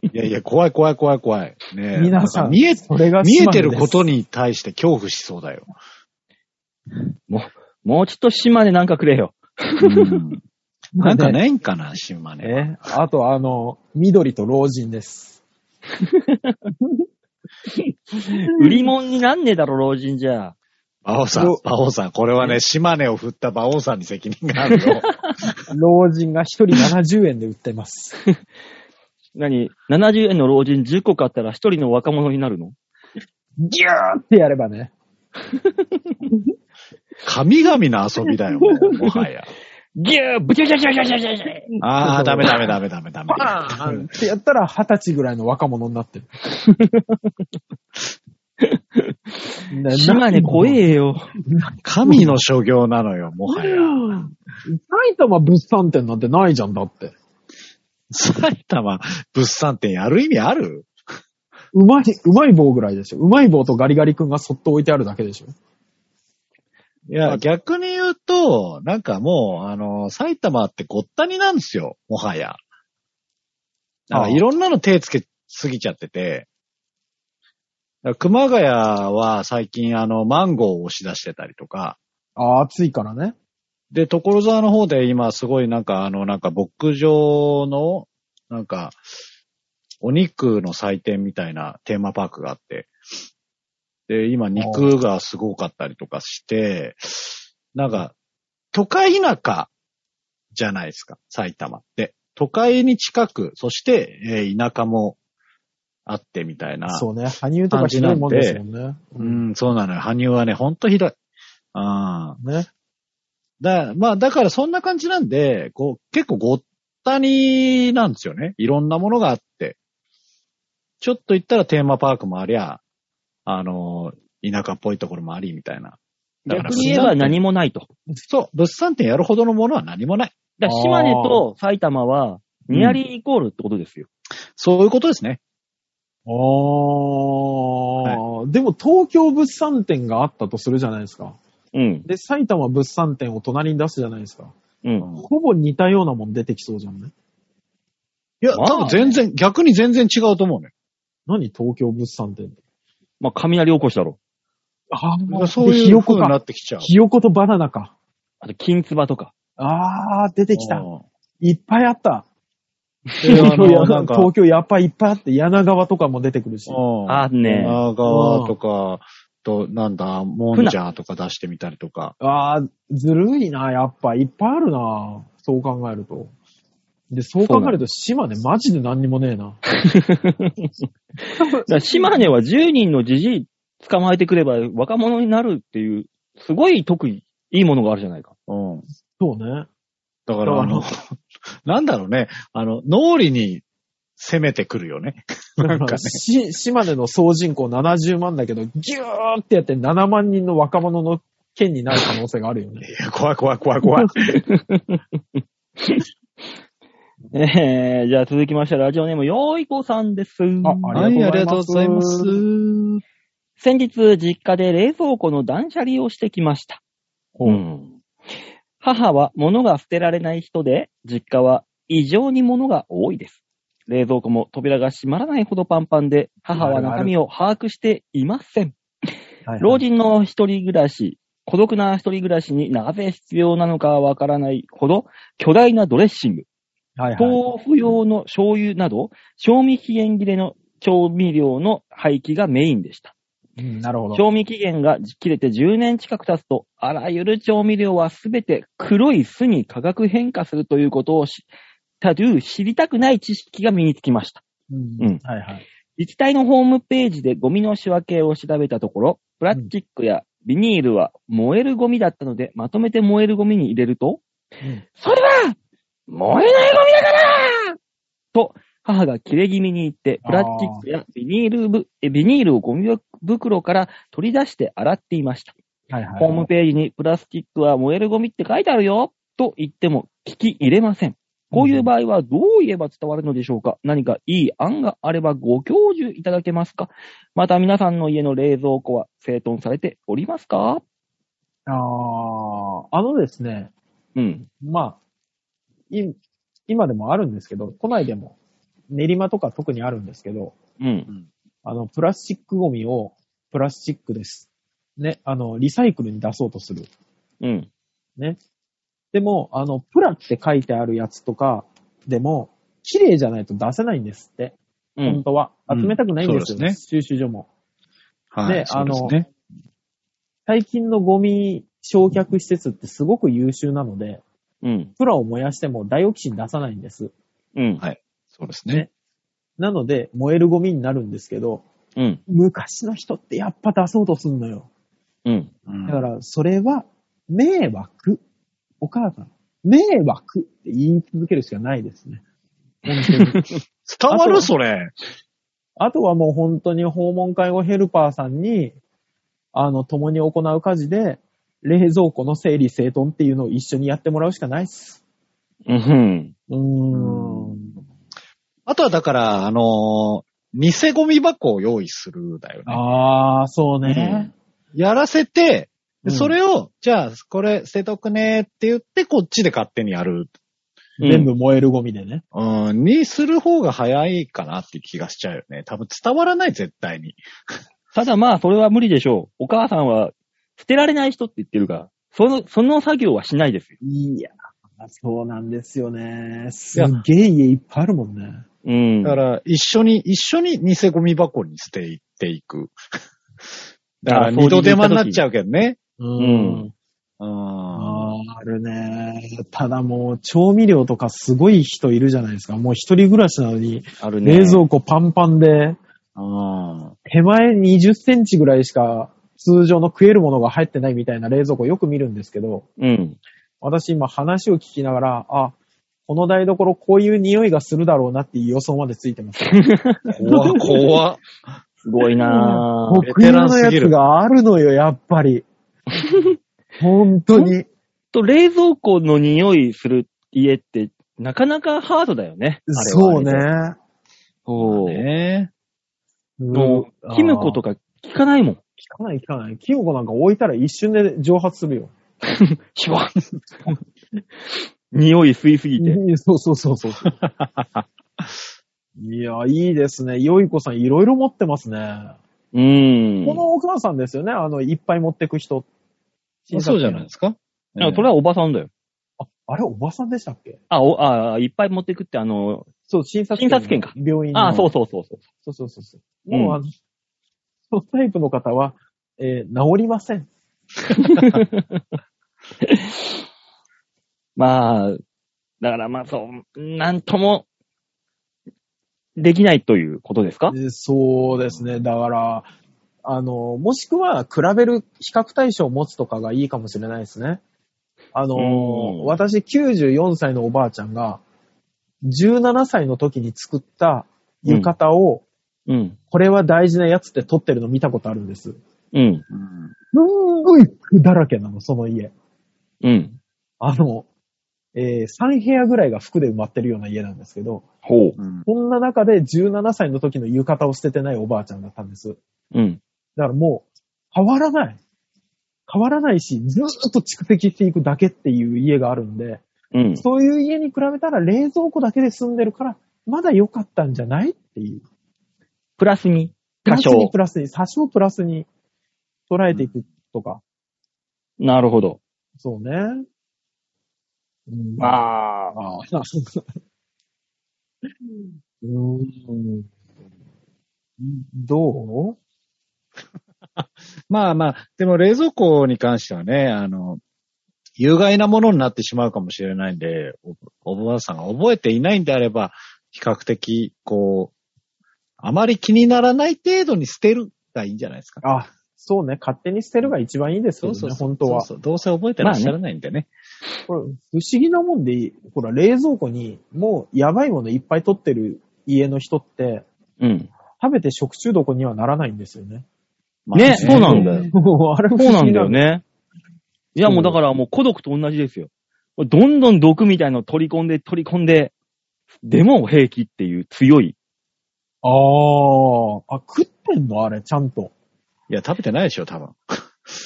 Speaker 4: いやいや、怖い怖い怖い怖い。ねえ
Speaker 3: 皆さん
Speaker 4: なか見え、
Speaker 3: それが
Speaker 4: 見え
Speaker 3: 島根
Speaker 4: て
Speaker 3: です
Speaker 4: ることに対して恐怖しそうだよ。
Speaker 2: もうちょっと島根なんかくれよ。
Speaker 4: <laughs> なんかないんかな、島根。
Speaker 3: え、あとあの、緑と老人です。
Speaker 2: 売り物になんねえだろ、老人じゃ。
Speaker 4: 馬王さん
Speaker 3: ど、
Speaker 4: 馬王さん、これはね、島根を振った馬王さんに責任があるよ。
Speaker 3: 老人が一人70円で売ってます。
Speaker 2: 何 ?70 円の老人10個買ったら1人の若者になるの
Speaker 3: ギューってやればね。
Speaker 4: 神々の遊びだよ、もうもはや。
Speaker 2: ギューブチャブチャブチャブチャブチャブチャ
Speaker 4: ああ、ダメダメダメダメダメ。
Speaker 3: バーンってやったら二十歳ぐらいの若者にな
Speaker 4: <laughs>
Speaker 3: ってる。な
Speaker 2: 島根怖えよ。
Speaker 4: 神の所業なのよ、もはや。
Speaker 3: 埼玉物産展なんてないじゃんだって。
Speaker 4: 埼玉物産展やる意味ある
Speaker 3: うまい、うまい棒ぐらいでしょ。うまい棒とガリガリ君がそっと置いてあるだけでしょ。
Speaker 4: いや、逆に言うと、なんかもう、あの、埼玉ってごったになんですよ、もはや。なん
Speaker 3: あ
Speaker 4: か
Speaker 3: あ
Speaker 4: いろんなの手つけすぎちゃってて、だから熊谷は最近あの、マンゴーを押し出してたりとか、
Speaker 3: ああ、暑いからね。
Speaker 4: で、所沢の方で今すごいなんかあの、なんか牧場の、なんか、お肉の祭典みたいなテーマパークがあって、で、今肉がすごかったりとかして、なんか、都会田舎じゃないですか、埼玉って。都会に近く、そして、えー田舎もあってみたいな。
Speaker 3: そうね。羽生とかひどいもんですもんね。
Speaker 4: う。ん、そうなのよ。羽生はね、ほんとひどい。ああ。
Speaker 3: ね。
Speaker 4: だ、まあ、だからそんな感じなんで、こう、結構ごったになんですよね。いろんなものがあって。ちょっと行ったらテーマパークもありゃ、あのー田舎っぽいところもあり、みたいな。だから
Speaker 2: 逆に言えば何もないと。
Speaker 4: そう、物産展やるほどのものは何もない。
Speaker 2: だから島根と埼玉は、ニアリーイコールってことですよ。
Speaker 4: そういうことですね。
Speaker 3: ああ、でも東京物産展があったとするじゃないですか。
Speaker 2: うん。
Speaker 3: で、埼玉物産展を隣に出すじゃないですか。
Speaker 2: うん。
Speaker 3: ほぼ似たようなもん出てきそうじゃんね。
Speaker 4: いや、
Speaker 2: まあ
Speaker 4: 多分全然、逆に全然違うと思うね。
Speaker 3: 何東京物産展って。
Speaker 2: まあ、雷起こしだろ。
Speaker 3: ああ、もう
Speaker 4: そう
Speaker 3: で
Speaker 4: い
Speaker 3: ひ
Speaker 4: う
Speaker 3: よ
Speaker 4: 風
Speaker 3: こ
Speaker 4: にな
Speaker 3: か。
Speaker 4: ってきちゃう。
Speaker 3: ひよことバナナか。
Speaker 2: あと、金唾とか。
Speaker 3: ああ、出てきた。いっぱいあった。
Speaker 4: であ
Speaker 3: 東京や
Speaker 4: の、なんか、
Speaker 3: 東京やっぱいっぱいあって、柳川とかも出てくるし。
Speaker 4: うん
Speaker 2: あーね
Speaker 4: 長川とか、と、なんだ、もんじゃとか出してみたりとか。
Speaker 3: ああ、ずるいな、やっぱ。いっぱいあるな。そう考えると。で、そう考えると、島根マジで何にもねえな。
Speaker 2: だから島根は10人のじじい捕まえてくれば若者になるっていう、すごい特にいいものがあるじゃないか。
Speaker 4: うん。
Speaker 3: そうね。
Speaker 4: だから、あの、 <laughs> なんだろうね、あの、脳裏に攻めてくる
Speaker 3: <laughs>
Speaker 4: よね。なんかね。
Speaker 3: し島根の総人口70万だけど、ギューってやって7万人の若者の県になる可能性があるよね。
Speaker 4: いや怖い怖い怖い怖い。
Speaker 2: えー、じゃあ続きまして、ラジオネーム、よーいこさんです。
Speaker 3: ありがとうございます
Speaker 4: はいあり
Speaker 2: 先日、実家で冷蔵庫の断捨離をしてきました。うん母は物が捨てられない人で、実家は異常に物が多いです。冷蔵庫も扉が閉まらないほどパンパンで、母は中身を把握していません。
Speaker 3: はいはい
Speaker 2: 老人の一人暮らし、孤独な一人暮らしになぜ必要なのかわからないほど巨大なドレッシング。
Speaker 3: はいはい。
Speaker 2: 豆腐用の醤油など、賞味期限切れの調味料の廃棄がメインでした。
Speaker 3: うんなるほど。
Speaker 2: 賞味期限が切れて10年近く経つと、あらゆる調味料はすべて黒い酢に化学変化するということを知ったという知りたくない知識が身につきました。
Speaker 3: うん
Speaker 2: うん
Speaker 3: はいはい。
Speaker 2: 自治体のホームページでゴミの仕分けを調べたところ、プラスチックやビニールは燃えるゴミだったので、まとめて燃えるゴミに入れると、それは燃えないゴミだからと、母が切れ気味に言って、プラスチックやビニールぶえビニールをゴミ袋から取り出して洗っていました。
Speaker 3: はいはい。
Speaker 2: ホームページにプラスチックは燃えるゴミって書いてあるよと言っても聞き入れません。こういう場合はどう言えば伝わるのでしょうか何かいい案があればご教授いただけますかまた皆さんの家の冷蔵庫は整頓されておりますか
Speaker 3: ああ、あのですね、
Speaker 2: うん。
Speaker 3: まあ、い今でもあるんですけど、都内でも、練馬とか特にあるんですけど、
Speaker 2: うん。
Speaker 3: あの、プラスチックゴミをプラスチックです。ね、あの、リサイクルに出そうとする。
Speaker 2: うん。
Speaker 3: でも、あの、プラって書いてあるやつとか、でも、綺麗じゃないと出せないんですって。
Speaker 2: う
Speaker 3: 本
Speaker 2: ん。
Speaker 3: 当は。
Speaker 4: うん
Speaker 3: 集めたくないんですよ、
Speaker 4: そうです
Speaker 3: 収集所も。
Speaker 4: はい。
Speaker 3: で
Speaker 4: そうですね。
Speaker 3: 最近のゴミ焼却施設ってすごく優秀なので、
Speaker 2: うん。
Speaker 3: プラを燃やしてもダイオキシン出さないんです。
Speaker 2: うん。
Speaker 4: はいそうですね。
Speaker 3: なので、燃えるゴミになるんですけど、
Speaker 2: うん。
Speaker 3: 昔の人ってやっぱ出そうとすんのよ。
Speaker 2: うん。
Speaker 4: うん
Speaker 3: だから、それは、迷惑。お母さん、迷惑って言い続けるしかないですね。本当に。
Speaker 4: 伝わるそれ。
Speaker 3: あとはもう本当に訪問介護ヘルパーさんに、あの、共に行う家事で、冷蔵庫の整理整頓っていうのを一緒にやってもらうしかないっす。
Speaker 2: うん。
Speaker 3: うーん。
Speaker 4: あとはだから、あのー偽ゴミ箱を用意するだよね。
Speaker 3: ああ、そうね。
Speaker 4: やらせて、
Speaker 3: う
Speaker 4: で
Speaker 3: ん
Speaker 4: それを、じゃあ、これ捨てとくねって言って、こっちで勝手にやる。
Speaker 3: 全部燃えるゴミでね。
Speaker 4: うん、にする方が早いかなって気がしちゃうよね。多分伝わらない、絶対に。
Speaker 2: ただまあ、それは無理でしょう。お母さんは捨てられない人って言ってるから、その、その作業はしないですよ。
Speaker 3: いや、そうなんですよね。すっげえ家いっぱいあるもんね。
Speaker 2: うん。
Speaker 4: だから、一緒に、一緒に偽ゴミ箱に捨ていってい <laughs> く。だから、
Speaker 2: あ
Speaker 4: 二度手間になっちゃうけどね。
Speaker 3: う
Speaker 2: うん。
Speaker 4: うん。
Speaker 3: あーあるね。ただもう、調味料とかすごい人いるじゃないですか。もう一人暮らしなのに、
Speaker 2: あるね。
Speaker 3: 冷蔵庫パンパンで、
Speaker 4: うん。
Speaker 3: 手前20センチぐらいしか通常の食えるものが入ってないみたいな冷蔵庫よく見るんですけど、
Speaker 2: うん。
Speaker 3: 私今話を聞きながら、あ、この台所こういう匂いがするだろうなっていう予想までついてます。
Speaker 4: 怖っ怖っ
Speaker 2: すごいなぁ。
Speaker 4: ベ
Speaker 3: 僕
Speaker 4: テラ
Speaker 3: 用
Speaker 4: ン
Speaker 3: の
Speaker 4: す
Speaker 3: や
Speaker 4: ぎ
Speaker 3: つ
Speaker 4: る
Speaker 3: があるのよ、やっぱ
Speaker 2: <laughs>
Speaker 3: り。本当に。
Speaker 2: と冷蔵庫の匂いする家って、なかなかハードだよね。あれは
Speaker 3: そうね。。
Speaker 2: そう。
Speaker 4: ね
Speaker 2: もう、キムコと
Speaker 3: か。
Speaker 2: か聞かないもん。
Speaker 3: 聞かない聞かない。キムコなんか置いたら一瞬で蒸発するよ。
Speaker 2: シュワッ匂い吸いすぎて。
Speaker 3: うんそうそうそう <laughs> そう。いや、いいですね。よいこさんいろいろ持ってますね。
Speaker 2: うーん。
Speaker 3: この奥野さんですよね。あの、いっぱい持ってく人。
Speaker 4: そうじゃないです
Speaker 2: あ
Speaker 4: か。
Speaker 2: それはおばさんだよ。
Speaker 3: あ、あれ、おばさんでしたっけ
Speaker 2: あ、お、あ、いっぱい持ってくって、あの、
Speaker 3: そう、診察
Speaker 2: 診察券か
Speaker 3: 病院の
Speaker 2: あ、そうそうそう <laughs> そう。
Speaker 3: そうそうそうそう。
Speaker 2: うん
Speaker 3: もう、あの、そのタイプの方は、えー治りません。
Speaker 2: まあ、だからまあそう、なんとも、できないということですか
Speaker 3: えーそうですね。だから、あの、もしくは、比べる比較対象を持つとかがいいかもしれないですね。あのー
Speaker 2: うん
Speaker 3: 私94歳のおばあちゃんが、17歳の時に作った浴衣を、
Speaker 2: うん。
Speaker 3: これは大事なやつって撮ってるの見たことあるんです。
Speaker 2: うん。
Speaker 4: うん
Speaker 3: すんごい服だらけなの、その家。
Speaker 2: うん。
Speaker 3: あの、え3部屋ぐらいが服で埋まってるような家なんですけど、
Speaker 2: ほう。
Speaker 4: うん
Speaker 3: こんな中で17歳の時の浴衣を捨ててないおばあちゃんだったんです。だ
Speaker 2: うん。
Speaker 3: からもう、変わらない。変わらないし、ずーっと蓄積していくだけっていう家があるんで、
Speaker 2: うん。
Speaker 3: そういう家に比べたら冷蔵庫だけで住んでるから、まだ良かったんじゃないっていう。
Speaker 2: プラスに、多
Speaker 3: プラス
Speaker 2: 少
Speaker 3: にプ。ラスに、多少プラスに捉えていくとか。
Speaker 2: なるほど。
Speaker 3: そうね。うん
Speaker 2: まあ、
Speaker 3: ああ。 <laughs> うーん。どう
Speaker 4: まあまあ、でも冷蔵庫に関してはね、あの、有害なものになってしまうかもしれないんで、おおばあさんが覚えていないんであれば、比較的、こう、あまり気にならない程度に捨てるがいいんじゃないですか。
Speaker 3: あ、そうね。勝手に捨てるが一番いいですよね、本当は。
Speaker 4: そうそうどうせ覚えてらっしゃらないんでね。
Speaker 3: これ、不思議なもんでいい。ほら、冷蔵庫にもうやばいものいっぱい取ってる家の人って、
Speaker 2: うん。
Speaker 3: 食べて食中毒にはならないんですよね。
Speaker 4: まあ
Speaker 2: ね、そうなんだよ。
Speaker 3: <laughs> もうあれも不
Speaker 2: そうな
Speaker 3: 思
Speaker 2: ん
Speaker 3: 議
Speaker 2: だよ。ね。 <laughs> いや、もうだからもう孤独と同じですよ。どんどん毒みたいのを取り込んで取り込んで、でも平気っていう強い。
Speaker 3: あー。あ、食ってんのあれ、ちゃんと。
Speaker 4: いや、食べてないでしょ、多分。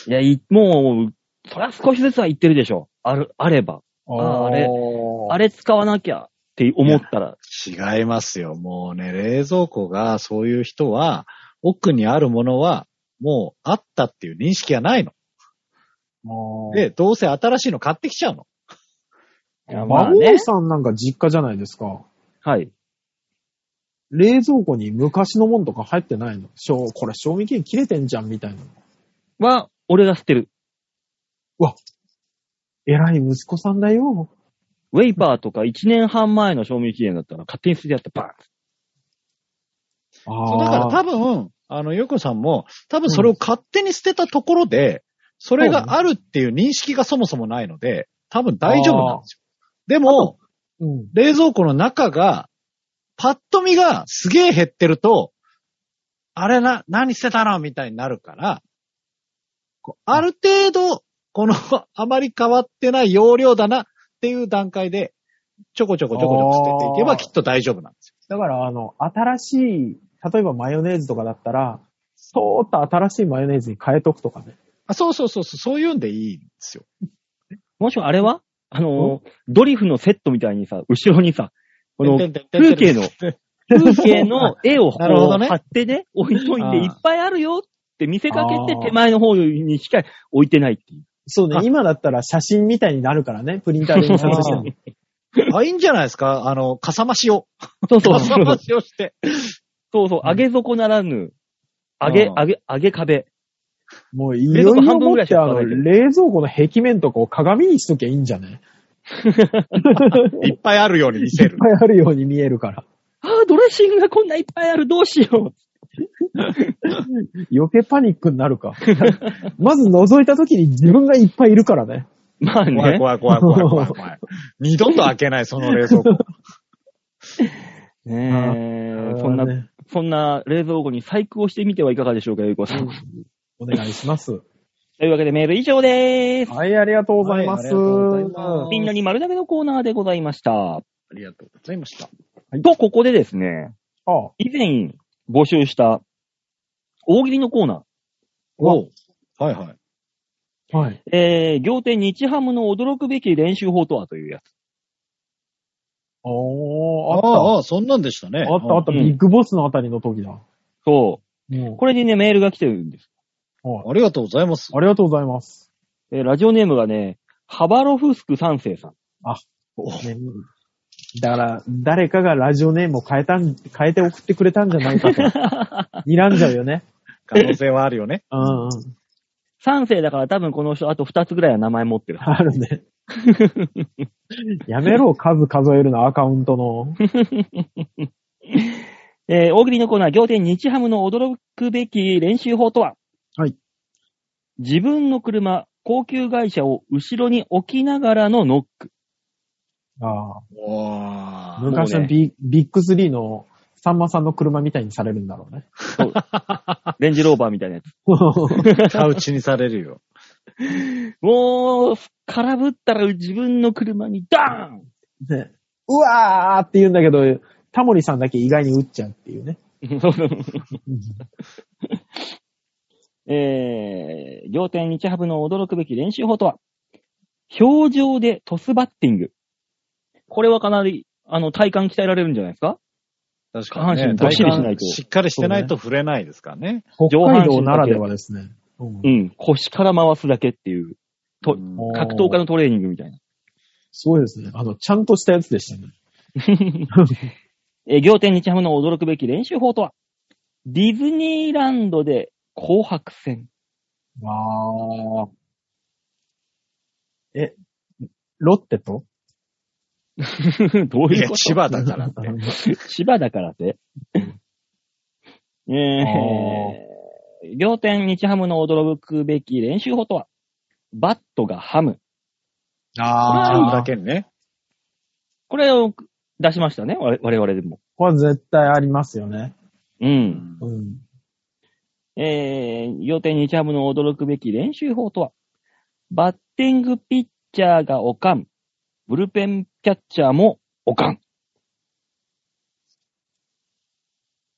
Speaker 2: いや、いもう、そりゃ少しずつは言ってるでしょ。ある、あれば。
Speaker 3: あ
Speaker 2: ああれ
Speaker 3: ー
Speaker 2: あれ使わなきゃって思ったら、
Speaker 4: 違いますよ。もうね、冷蔵庫がそういう人は、奥にあるものは、もうあったっていう認識がないの。
Speaker 3: あ
Speaker 4: で、どうせ新しいの買ってきちゃうの。
Speaker 2: いや
Speaker 3: ー、
Speaker 2: まあ
Speaker 3: 孫
Speaker 2: ね
Speaker 3: さんなんか実家じゃないですか。
Speaker 2: はい。
Speaker 3: 冷蔵庫に昔のもんとか入ってないの賞これ賞味期限切れてんじゃんみたいな。
Speaker 2: は、俺が捨てる。
Speaker 3: 偉い息子さんだよ。
Speaker 2: ウェイパーとか1年半前の賞味期限だったら勝手に捨ててやってバーン
Speaker 4: そうだから多分、あの、ヨコさんも、多分それを勝手に捨てたところで、それがあるっていう認識がそもそもないので、多分大丈夫なんですよ。でも、
Speaker 3: うん。
Speaker 4: 冷蔵庫の中が、パッと見がすげえ減ってると、あれな、何捨てたのみたいになるから、こうある程度、この、あまり変わってない容量だなっていう段階で、ちょこちょこちょこちょこ捨てていけば
Speaker 3: あー
Speaker 4: きっと大丈夫なんです
Speaker 3: だから、あの、新しい、例えばマヨネーズとかだったら、そーっと新しいマヨネーズに変えとくとかね。
Speaker 4: よ。あそうそうそうそう、そういうんでいいんですよ。
Speaker 2: もしもあれはあのー、ドリフのセットみたいにさ、後ろにさ、この
Speaker 4: 風
Speaker 2: 風景の、風景の絵をこう
Speaker 4: なるほどね
Speaker 2: 貼ってね、置いとい
Speaker 4: あ
Speaker 2: て
Speaker 4: ー
Speaker 2: いっぱいあるよって見せかけ
Speaker 3: あ
Speaker 2: て
Speaker 3: ー
Speaker 2: 手前の方にしか置いてないっていう。
Speaker 3: そうね
Speaker 2: あ、
Speaker 3: 今だったら写真みたいになるからね、プリンターで印刷 <laughs> しても。
Speaker 4: <laughs> あ、いいんじゃないですかあの、かさ増しを。
Speaker 2: そうそう
Speaker 4: か
Speaker 2: そ
Speaker 4: さ
Speaker 2: う。
Speaker 4: 増しをして。
Speaker 2: そうそう、上げ底ならぬ、上げ、
Speaker 4: あー
Speaker 2: 上げ、上げ壁。
Speaker 3: もういよいよ持って、あの、
Speaker 2: 冷蔵庫半分ぐらいしか使わないけど
Speaker 3: 冷蔵庫の壁面とかを鏡にしときゃいいんじゃ <laughs> ない
Speaker 4: いっぱいあるように見せ
Speaker 3: いっ
Speaker 4: る。
Speaker 3: ぱいあるように見えるから。
Speaker 2: ああ、ドレッシングがこんないっぱいある、どうしよ
Speaker 3: 余計パニックになるか。 <laughs> まず覗いた時に自分がいっぱいいるからね。
Speaker 2: う。まあね。
Speaker 4: 怖い怖い怖い怖い怖い怖い。二度と開けない、その
Speaker 2: <laughs>
Speaker 4: 冷蔵庫。
Speaker 2: ねえ、そんな、
Speaker 3: ね
Speaker 2: そんな冷蔵庫に細工をしてみてはいかがでしょうか、ゆうこさん。
Speaker 3: お願いします。
Speaker 2: というわけでメール以上でーす。
Speaker 3: はい、ありがとうございます。
Speaker 4: はいありがとうございます
Speaker 2: みんなに丸投げのコーナーでございました。
Speaker 4: ありがとうございました。
Speaker 2: と、ここでですね、
Speaker 3: ああ
Speaker 2: 以前募集した大喜利のコーナ
Speaker 4: おうはいはい。
Speaker 3: はい。
Speaker 2: ー、えー、仰天日ハムの驚くべき練習法とはというやつ。
Speaker 3: おー、
Speaker 4: あ
Speaker 3: あっ
Speaker 4: あ、ああ、そんなんでしたね。
Speaker 3: た。あった、あった。
Speaker 2: うん
Speaker 3: ビッグボスのあたりの時だ。
Speaker 2: そ
Speaker 3: も
Speaker 2: う。これにね、メールが来てるんです。
Speaker 3: う
Speaker 4: あ
Speaker 3: はい
Speaker 4: ありがとうございます。
Speaker 3: ありがとうございます。
Speaker 2: えーラジオネームがね、ハバロフスク三世さん。
Speaker 3: ねだから、誰かがラジオネームを変えたん、変えて送ってくれたんじゃない <laughs> かと。睨んじゃうよね。
Speaker 4: 可能性はあるよね。
Speaker 3: うんうん。
Speaker 2: 三世だから多分この人あと二つぐらいは名前持ってる。
Speaker 3: ある <laughs> ね。やめろ、数数えるの、アカウントの。
Speaker 2: えー大喜利のコーナー、仰天日ハムの驚くべき練習法とは
Speaker 3: はい。
Speaker 2: 自分の車、高級会社を後ろに置きながらのノック。
Speaker 3: あ
Speaker 4: お
Speaker 3: あ
Speaker 4: ー
Speaker 3: 昔のビ,、ビッグ3のさんまさんの車みたいにされるんだろ <laughs> うね。
Speaker 2: レンジローバーみたいなやつ。
Speaker 4: カウチにされるよ。
Speaker 2: もう、空振ったら自分の車にダーン
Speaker 3: ねうわーって言うんだけど、タモリさんだけ意外に打っちゃうっていうね。
Speaker 2: <laughs> えー、仰天日ハムの驚くべき練習法とは表情でトスバッティング。これはかなり、あの、体幹鍛えられるんじゃないですか
Speaker 4: 確
Speaker 2: 下半
Speaker 4: かに、ね。
Speaker 2: 身どっしりしないと
Speaker 4: 体幹しっかりしてないと触れないですからね。
Speaker 3: 北
Speaker 2: 上半身だ
Speaker 3: 海道
Speaker 2: け
Speaker 3: ならではですね。うん
Speaker 2: うん。腰から回すだけっていう、と
Speaker 4: うん
Speaker 3: おー
Speaker 2: 格闘家のトレーニングみたいな。
Speaker 3: すごいですね。あの、ちゃんとしたやつでしたね。
Speaker 2: えー、仰天日ハムの驚くべき練習法とは、ディズニーランドで紅白戦。
Speaker 3: わー。え、ロッテと
Speaker 2: <laughs> どう
Speaker 4: い
Speaker 2: いう
Speaker 4: や、
Speaker 2: こと
Speaker 4: 千葉だからって。
Speaker 2: <laughs> 千葉だからって。えー、仰天日ハムの驚くべき練習法とは、バットがハム。
Speaker 4: 自分
Speaker 2: あ
Speaker 4: だけにね。
Speaker 2: これを出しましたね、我我々でも。
Speaker 3: これは絶対ありますよね。
Speaker 2: うん。
Speaker 3: うん。
Speaker 2: えー、要点日ハムの驚くべき練習法とは、バッティングピッチャーがおかん、ブルペンキャッチャーもおかん。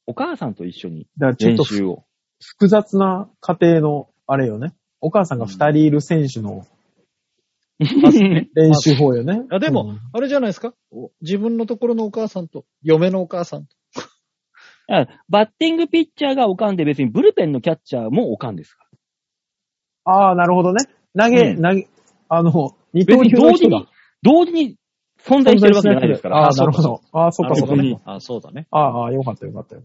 Speaker 2: お母さんと一緒に
Speaker 3: だからちょっ
Speaker 2: 練
Speaker 3: と
Speaker 2: 習を。
Speaker 3: 複雑な家庭の、あれよね。お母さんが二人いる選手の
Speaker 2: <laughs>
Speaker 3: 練習法よね。
Speaker 4: あでも
Speaker 3: うん
Speaker 4: あれじゃないですかお自分のところのお母さんと、嫁のお母さんと。
Speaker 2: あバッティングピッチャーがおかんで別にブルペンのキャッチャーもおかんですか
Speaker 3: ああ、なるほどね。投げ、
Speaker 2: うん
Speaker 3: 投げ、あの、二
Speaker 2: ら。
Speaker 3: 刀
Speaker 2: 別に
Speaker 3: 流
Speaker 2: 同
Speaker 3: の
Speaker 2: 時
Speaker 3: 人だ
Speaker 2: に。、同時に存在してるわけじゃないですから。
Speaker 3: ああ、
Speaker 4: そ
Speaker 3: な
Speaker 4: う
Speaker 3: る
Speaker 4: か
Speaker 3: ほど。ああ、そっかそっか
Speaker 2: なるほどね。
Speaker 4: あそうだね。
Speaker 3: ああああ、よかったよかったよ。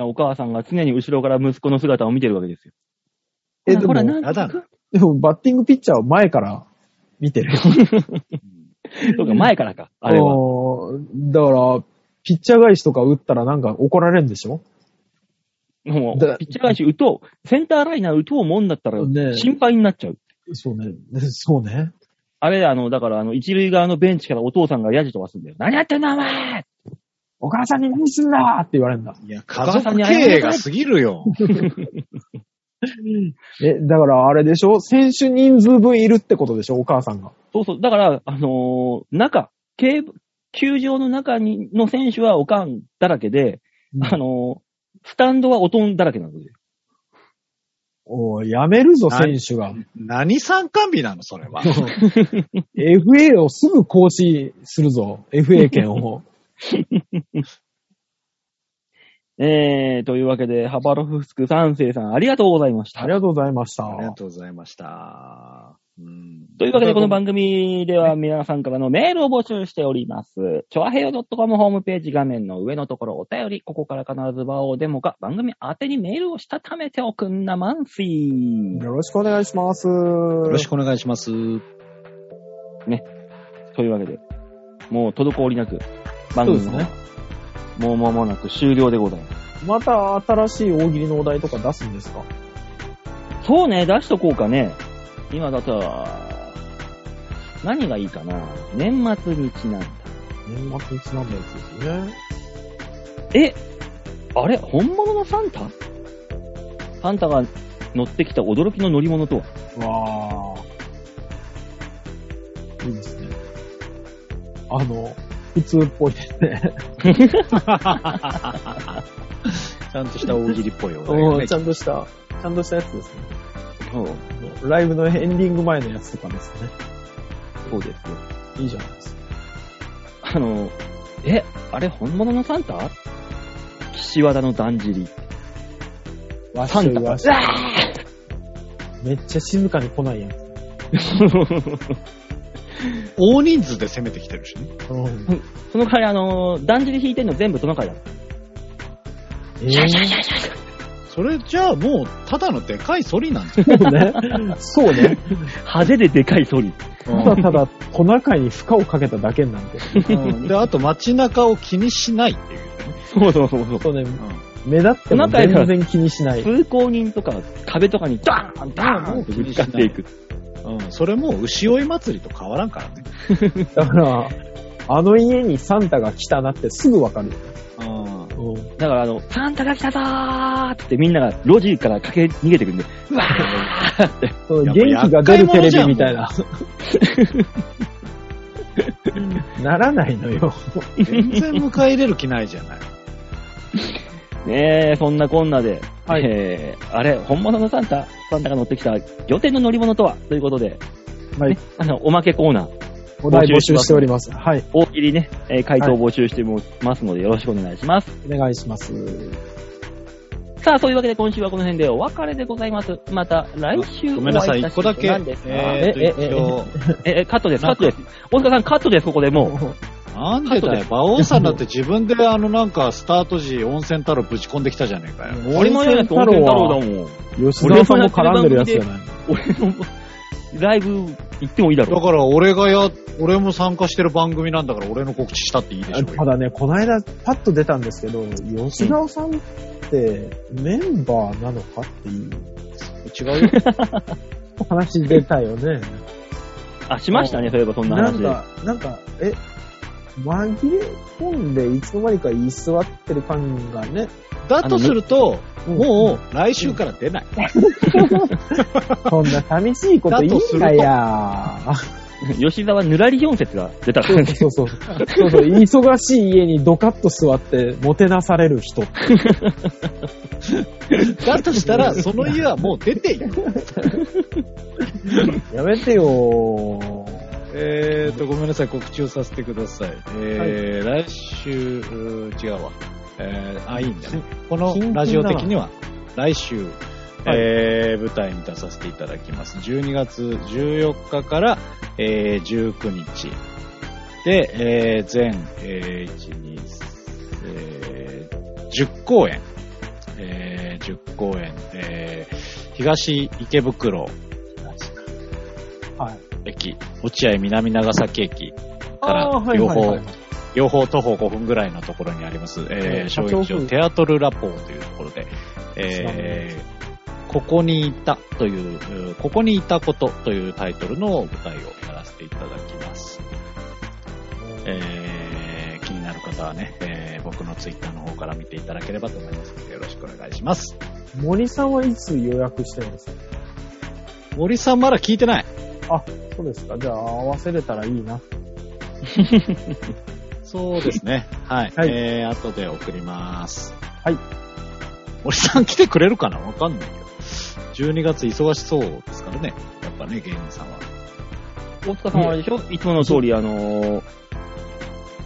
Speaker 2: お母さんが常に後ろから息子の姿を見てるわけですよ。
Speaker 3: え、でも、
Speaker 2: ほらなん
Speaker 4: やだな
Speaker 3: <laughs> でもバッティングピッチャーを前から見てる。
Speaker 2: そうか、前からか、あれは。
Speaker 3: は。だから、ピッチャー返しとか打ったらなんか怒られるんでしょ
Speaker 2: も
Speaker 3: だ
Speaker 2: う、ピッチャー返し打とう、センターライナー打とうもんだったら
Speaker 3: ねえ、
Speaker 2: 心配になっちゃう。
Speaker 3: そうね。そうね。
Speaker 2: あれ、あの、だから、あの、一塁側のベンチからお父さんがヤジ飛ばすんだよ。何やってんだ、お前
Speaker 3: お母さんに何すんだって言われるんだ。
Speaker 4: いや、家
Speaker 2: 母さ
Speaker 4: 族
Speaker 2: んに
Speaker 4: 経
Speaker 2: 謝りなさい
Speaker 4: 営が過ぎる <laughs> よ。
Speaker 3: え、だからあれでしょ選手人数分いるってことでしょお母さんが。
Speaker 2: そうそう。だから、あのー中、球球場の中に、の選手はおかんだらけで、
Speaker 3: うん
Speaker 2: あのースタンドはおとんだらけなんですよ。
Speaker 3: おいやめるぞ、
Speaker 4: はい
Speaker 3: 選手が。
Speaker 4: 何参観日なの、それは。
Speaker 3: FA をすぐ行使するぞ。FA 権を。
Speaker 2: えー、というわけで、ハバロフスク三世さん、ありがとうございまし
Speaker 3: あ
Speaker 2: た
Speaker 3: り。がとうございました。
Speaker 4: ありがとうございました。うん
Speaker 2: というわけで、この番組では皆さんからのメールを募集しております。ちょあへよ .com ホームページ画面の上のところお便り、ここから必ず場をデモか番組宛てにメールをしたためておくんなマンスイ
Speaker 3: よろしくお願いします。
Speaker 4: よ
Speaker 3: よ
Speaker 4: ろしくお願いし <laughs> ます。
Speaker 2: というわけで、もう滞りなく番組の
Speaker 3: そう
Speaker 2: 方、
Speaker 3: です
Speaker 2: もう間もなく終了でございま
Speaker 3: また新しい大喜利のお題とか出すんですか
Speaker 2: す。そうね、出しとこうかね。今だと、何がいいかな年末にちなんだ。
Speaker 3: 年末にちなんだやつですよね。
Speaker 2: え、あれ本物のサンタサンタが乗ってきた驚きの乗り物とは
Speaker 3: わあ。いいですね。あの、普通っぽいです <laughs> ね。
Speaker 4: ちゃんとした大喜利っぽいお題
Speaker 3: う
Speaker 4: を
Speaker 3: ん
Speaker 4: ね
Speaker 3: ちゃんとした、ちゃんとしたやつですね。
Speaker 2: そう
Speaker 3: ライブのエンディング前のやつとかですね。
Speaker 2: そうです。
Speaker 3: いいじゃないですか。
Speaker 2: あの、え、あれ本物のサンタ岸和田のだんじり。
Speaker 3: わっし
Speaker 2: サ
Speaker 3: ょ
Speaker 2: ン
Speaker 3: い
Speaker 2: タ
Speaker 3: わ
Speaker 2: が
Speaker 3: っしょいめっちゃ静かに来ないやつ。
Speaker 4: 大人数で攻めてきてるしね。
Speaker 3: うん。
Speaker 2: <laughs> その代わりあの、だんじり引いてんの全部トナカイだ。
Speaker 3: えー
Speaker 4: それじゃあもう、ただのでかいソリなんじゃ
Speaker 3: そうね。 <laughs> そうね。
Speaker 2: 派手ででかいソリ。
Speaker 3: ただただトナカイに負荷をかけただけになって。
Speaker 4: ん。で、あと街中を気にしないっていうね。
Speaker 2: そうそうそうそう。
Speaker 3: そうね、目立っても
Speaker 2: トナカイ
Speaker 3: 全
Speaker 2: が
Speaker 3: 然気にしない。
Speaker 2: 通行人とか壁とかにダーンダーンってぶつかっていく。
Speaker 4: うん。うん。それもう牛追い祭りと変わらんからね。
Speaker 3: だから、あの家にサンタが来たなってすぐわかる。
Speaker 4: うん。
Speaker 3: うん。
Speaker 2: だからあの、サンタが来たぞーってみんなが路地から駆け逃げてくんで、うわーって。
Speaker 3: そう
Speaker 4: や
Speaker 3: 元
Speaker 4: っぱ
Speaker 3: 気が出るテレビみたいな。ならないのよ。
Speaker 4: 全然迎え入れる気ないじ
Speaker 2: <laughs>
Speaker 4: ゃない。
Speaker 2: <laughs> ねえ、そんなこんなで、
Speaker 3: はい
Speaker 2: えー、あれ、本物のサンタサンタが乗ってきた予定の乗り物とはということで、
Speaker 3: はい
Speaker 2: ね、あの、おまけコーナー、
Speaker 3: お題募集しております。はい。
Speaker 2: 大喜利ね、えー回答を募集してますのでよろしくお願いします。
Speaker 3: お願いします。
Speaker 2: さあ、そういうわけで今週はこの辺でお別れでございます。また来週
Speaker 4: ごめんなさ
Speaker 2: お会
Speaker 4: い、一
Speaker 2: し
Speaker 4: 個だけ。
Speaker 2: 何ですか
Speaker 4: えーと、
Speaker 2: え
Speaker 4: 一応、
Speaker 2: え、え、カットです、カ
Speaker 4: な
Speaker 2: ッ
Speaker 4: ん
Speaker 2: ト
Speaker 4: か
Speaker 2: です。大塚さん、カットです、ここでもう。
Speaker 4: なんでだよ、馬王さんだって自分であのなんかスタート時温泉太郎ぶち込んできたじゃねえかよ。
Speaker 2: 当たり前じゃないですか、温泉太郎だもん。
Speaker 3: 吉沢さんも絡んでるやつじゃない。
Speaker 2: 俺のライブ行ってもいいだ
Speaker 4: だ
Speaker 2: ろ
Speaker 4: から俺がや、俺も参加してる番組なんだから俺の告知したっていいでしょう
Speaker 3: た
Speaker 4: よ。
Speaker 3: だね、この間パッと出たんですけど、吉沢さんってメンバーなのかっていう
Speaker 4: 違う
Speaker 2: <laughs>
Speaker 4: よ。
Speaker 3: 話出たよね。
Speaker 2: あ、しましたね、そういえばそんな
Speaker 3: な
Speaker 2: 話
Speaker 3: ん
Speaker 2: で。
Speaker 3: か、なんか、え、紛れ込んでいつの間にか居座ってる感がね。
Speaker 4: だとすると、
Speaker 3: うん
Speaker 4: もう来週から
Speaker 2: <laughs>
Speaker 4: 出ない。
Speaker 3: そんな寂しいこと言いんだや。
Speaker 2: 吉沢ぬらり4節が出たから
Speaker 3: そう
Speaker 2: ね。
Speaker 3: そうそう。そうそう。忙しい家にドカッと座って、もてなされる人。
Speaker 4: だとしたら、その家はもう
Speaker 2: <laughs>
Speaker 4: 出ていく。
Speaker 3: やめてよ
Speaker 4: えーと、ごめんなさい、告知をさせてください。えー来週、うー違うわ。えーあ、いいんだね。この
Speaker 3: 近々だな
Speaker 4: ラジオ的には、来週、えー舞台に出させていただきます。12月14日から、えー19日。で、えー全、えー1、2、えー10公演。えー10公演。えー東池袋
Speaker 3: はい。
Speaker 4: 駅、落合南長崎駅から
Speaker 3: あーはい
Speaker 4: 両
Speaker 3: はい
Speaker 4: 方、
Speaker 3: はい
Speaker 4: 両方徒歩5分ぐらいのところにあります、え
Speaker 3: う
Speaker 4: ー、
Speaker 3: ん
Speaker 4: 小劇場テアトルラポーというところで、えー、ここにいたという、えーここにいたことというタイトルの舞台をやらせていただきます。えー、気になる方はね、えー、僕のツイッターの方から見ていただければと思いますので、よろしくお願いします。
Speaker 3: 森さんはいつ予約してるんですか
Speaker 4: 森さんまだ聞いてない
Speaker 3: そうですか。じゃあ合わせれたらいいな。
Speaker 4: そうで
Speaker 3: <laughs>
Speaker 4: すね。はい。
Speaker 3: はい
Speaker 4: えー、後で送ります。
Speaker 3: はい。
Speaker 4: 森さん来てくれるかなわかんないけど。12月忙しそうですからね。やっぱね、芸人さんは。
Speaker 2: 大塚さんはあれでしょいつもの通り、あのー、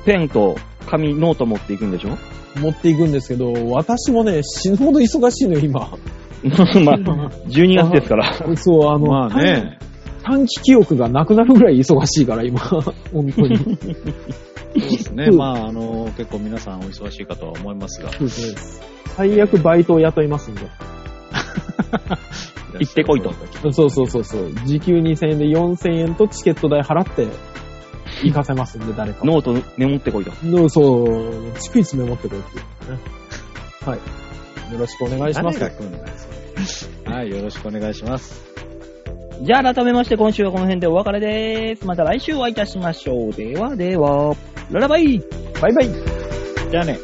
Speaker 2: ペンと紙、ノート持っていくんでしょ
Speaker 3: 持っていくんですけど、私もね、死ぬほど忙しいのよ、
Speaker 2: <laughs>
Speaker 3: 今。
Speaker 2: まあ、12月ですから。
Speaker 3: そう、あの、
Speaker 4: まあね。
Speaker 3: 短短期記憶がなくなるぐらい忙しいから、今。本当に。
Speaker 4: そうですね。
Speaker 3: <laughs> うん
Speaker 4: まあ、あの、結構皆さんお忙しいかとは思いますが。
Speaker 3: そうです最悪バイトを雇いますんで。
Speaker 2: 行ってこいと。
Speaker 3: そうそうそうそう。時給2000円で4000円とチケット代払って、行かせますんで、誰か。
Speaker 2: ノートメモってこいと。
Speaker 3: の、そう、逐一メモってこいっていうね。はい。よろしくお願いしま
Speaker 4: 誰
Speaker 3: す。
Speaker 4: が来んだよ、それはい、よろしくお願いします。
Speaker 2: じゃあ改めまして今週はこの辺でお別れです。また来週お会いいたしましょう。ではでは、ララバイ
Speaker 3: バイバイ
Speaker 4: じゃあね。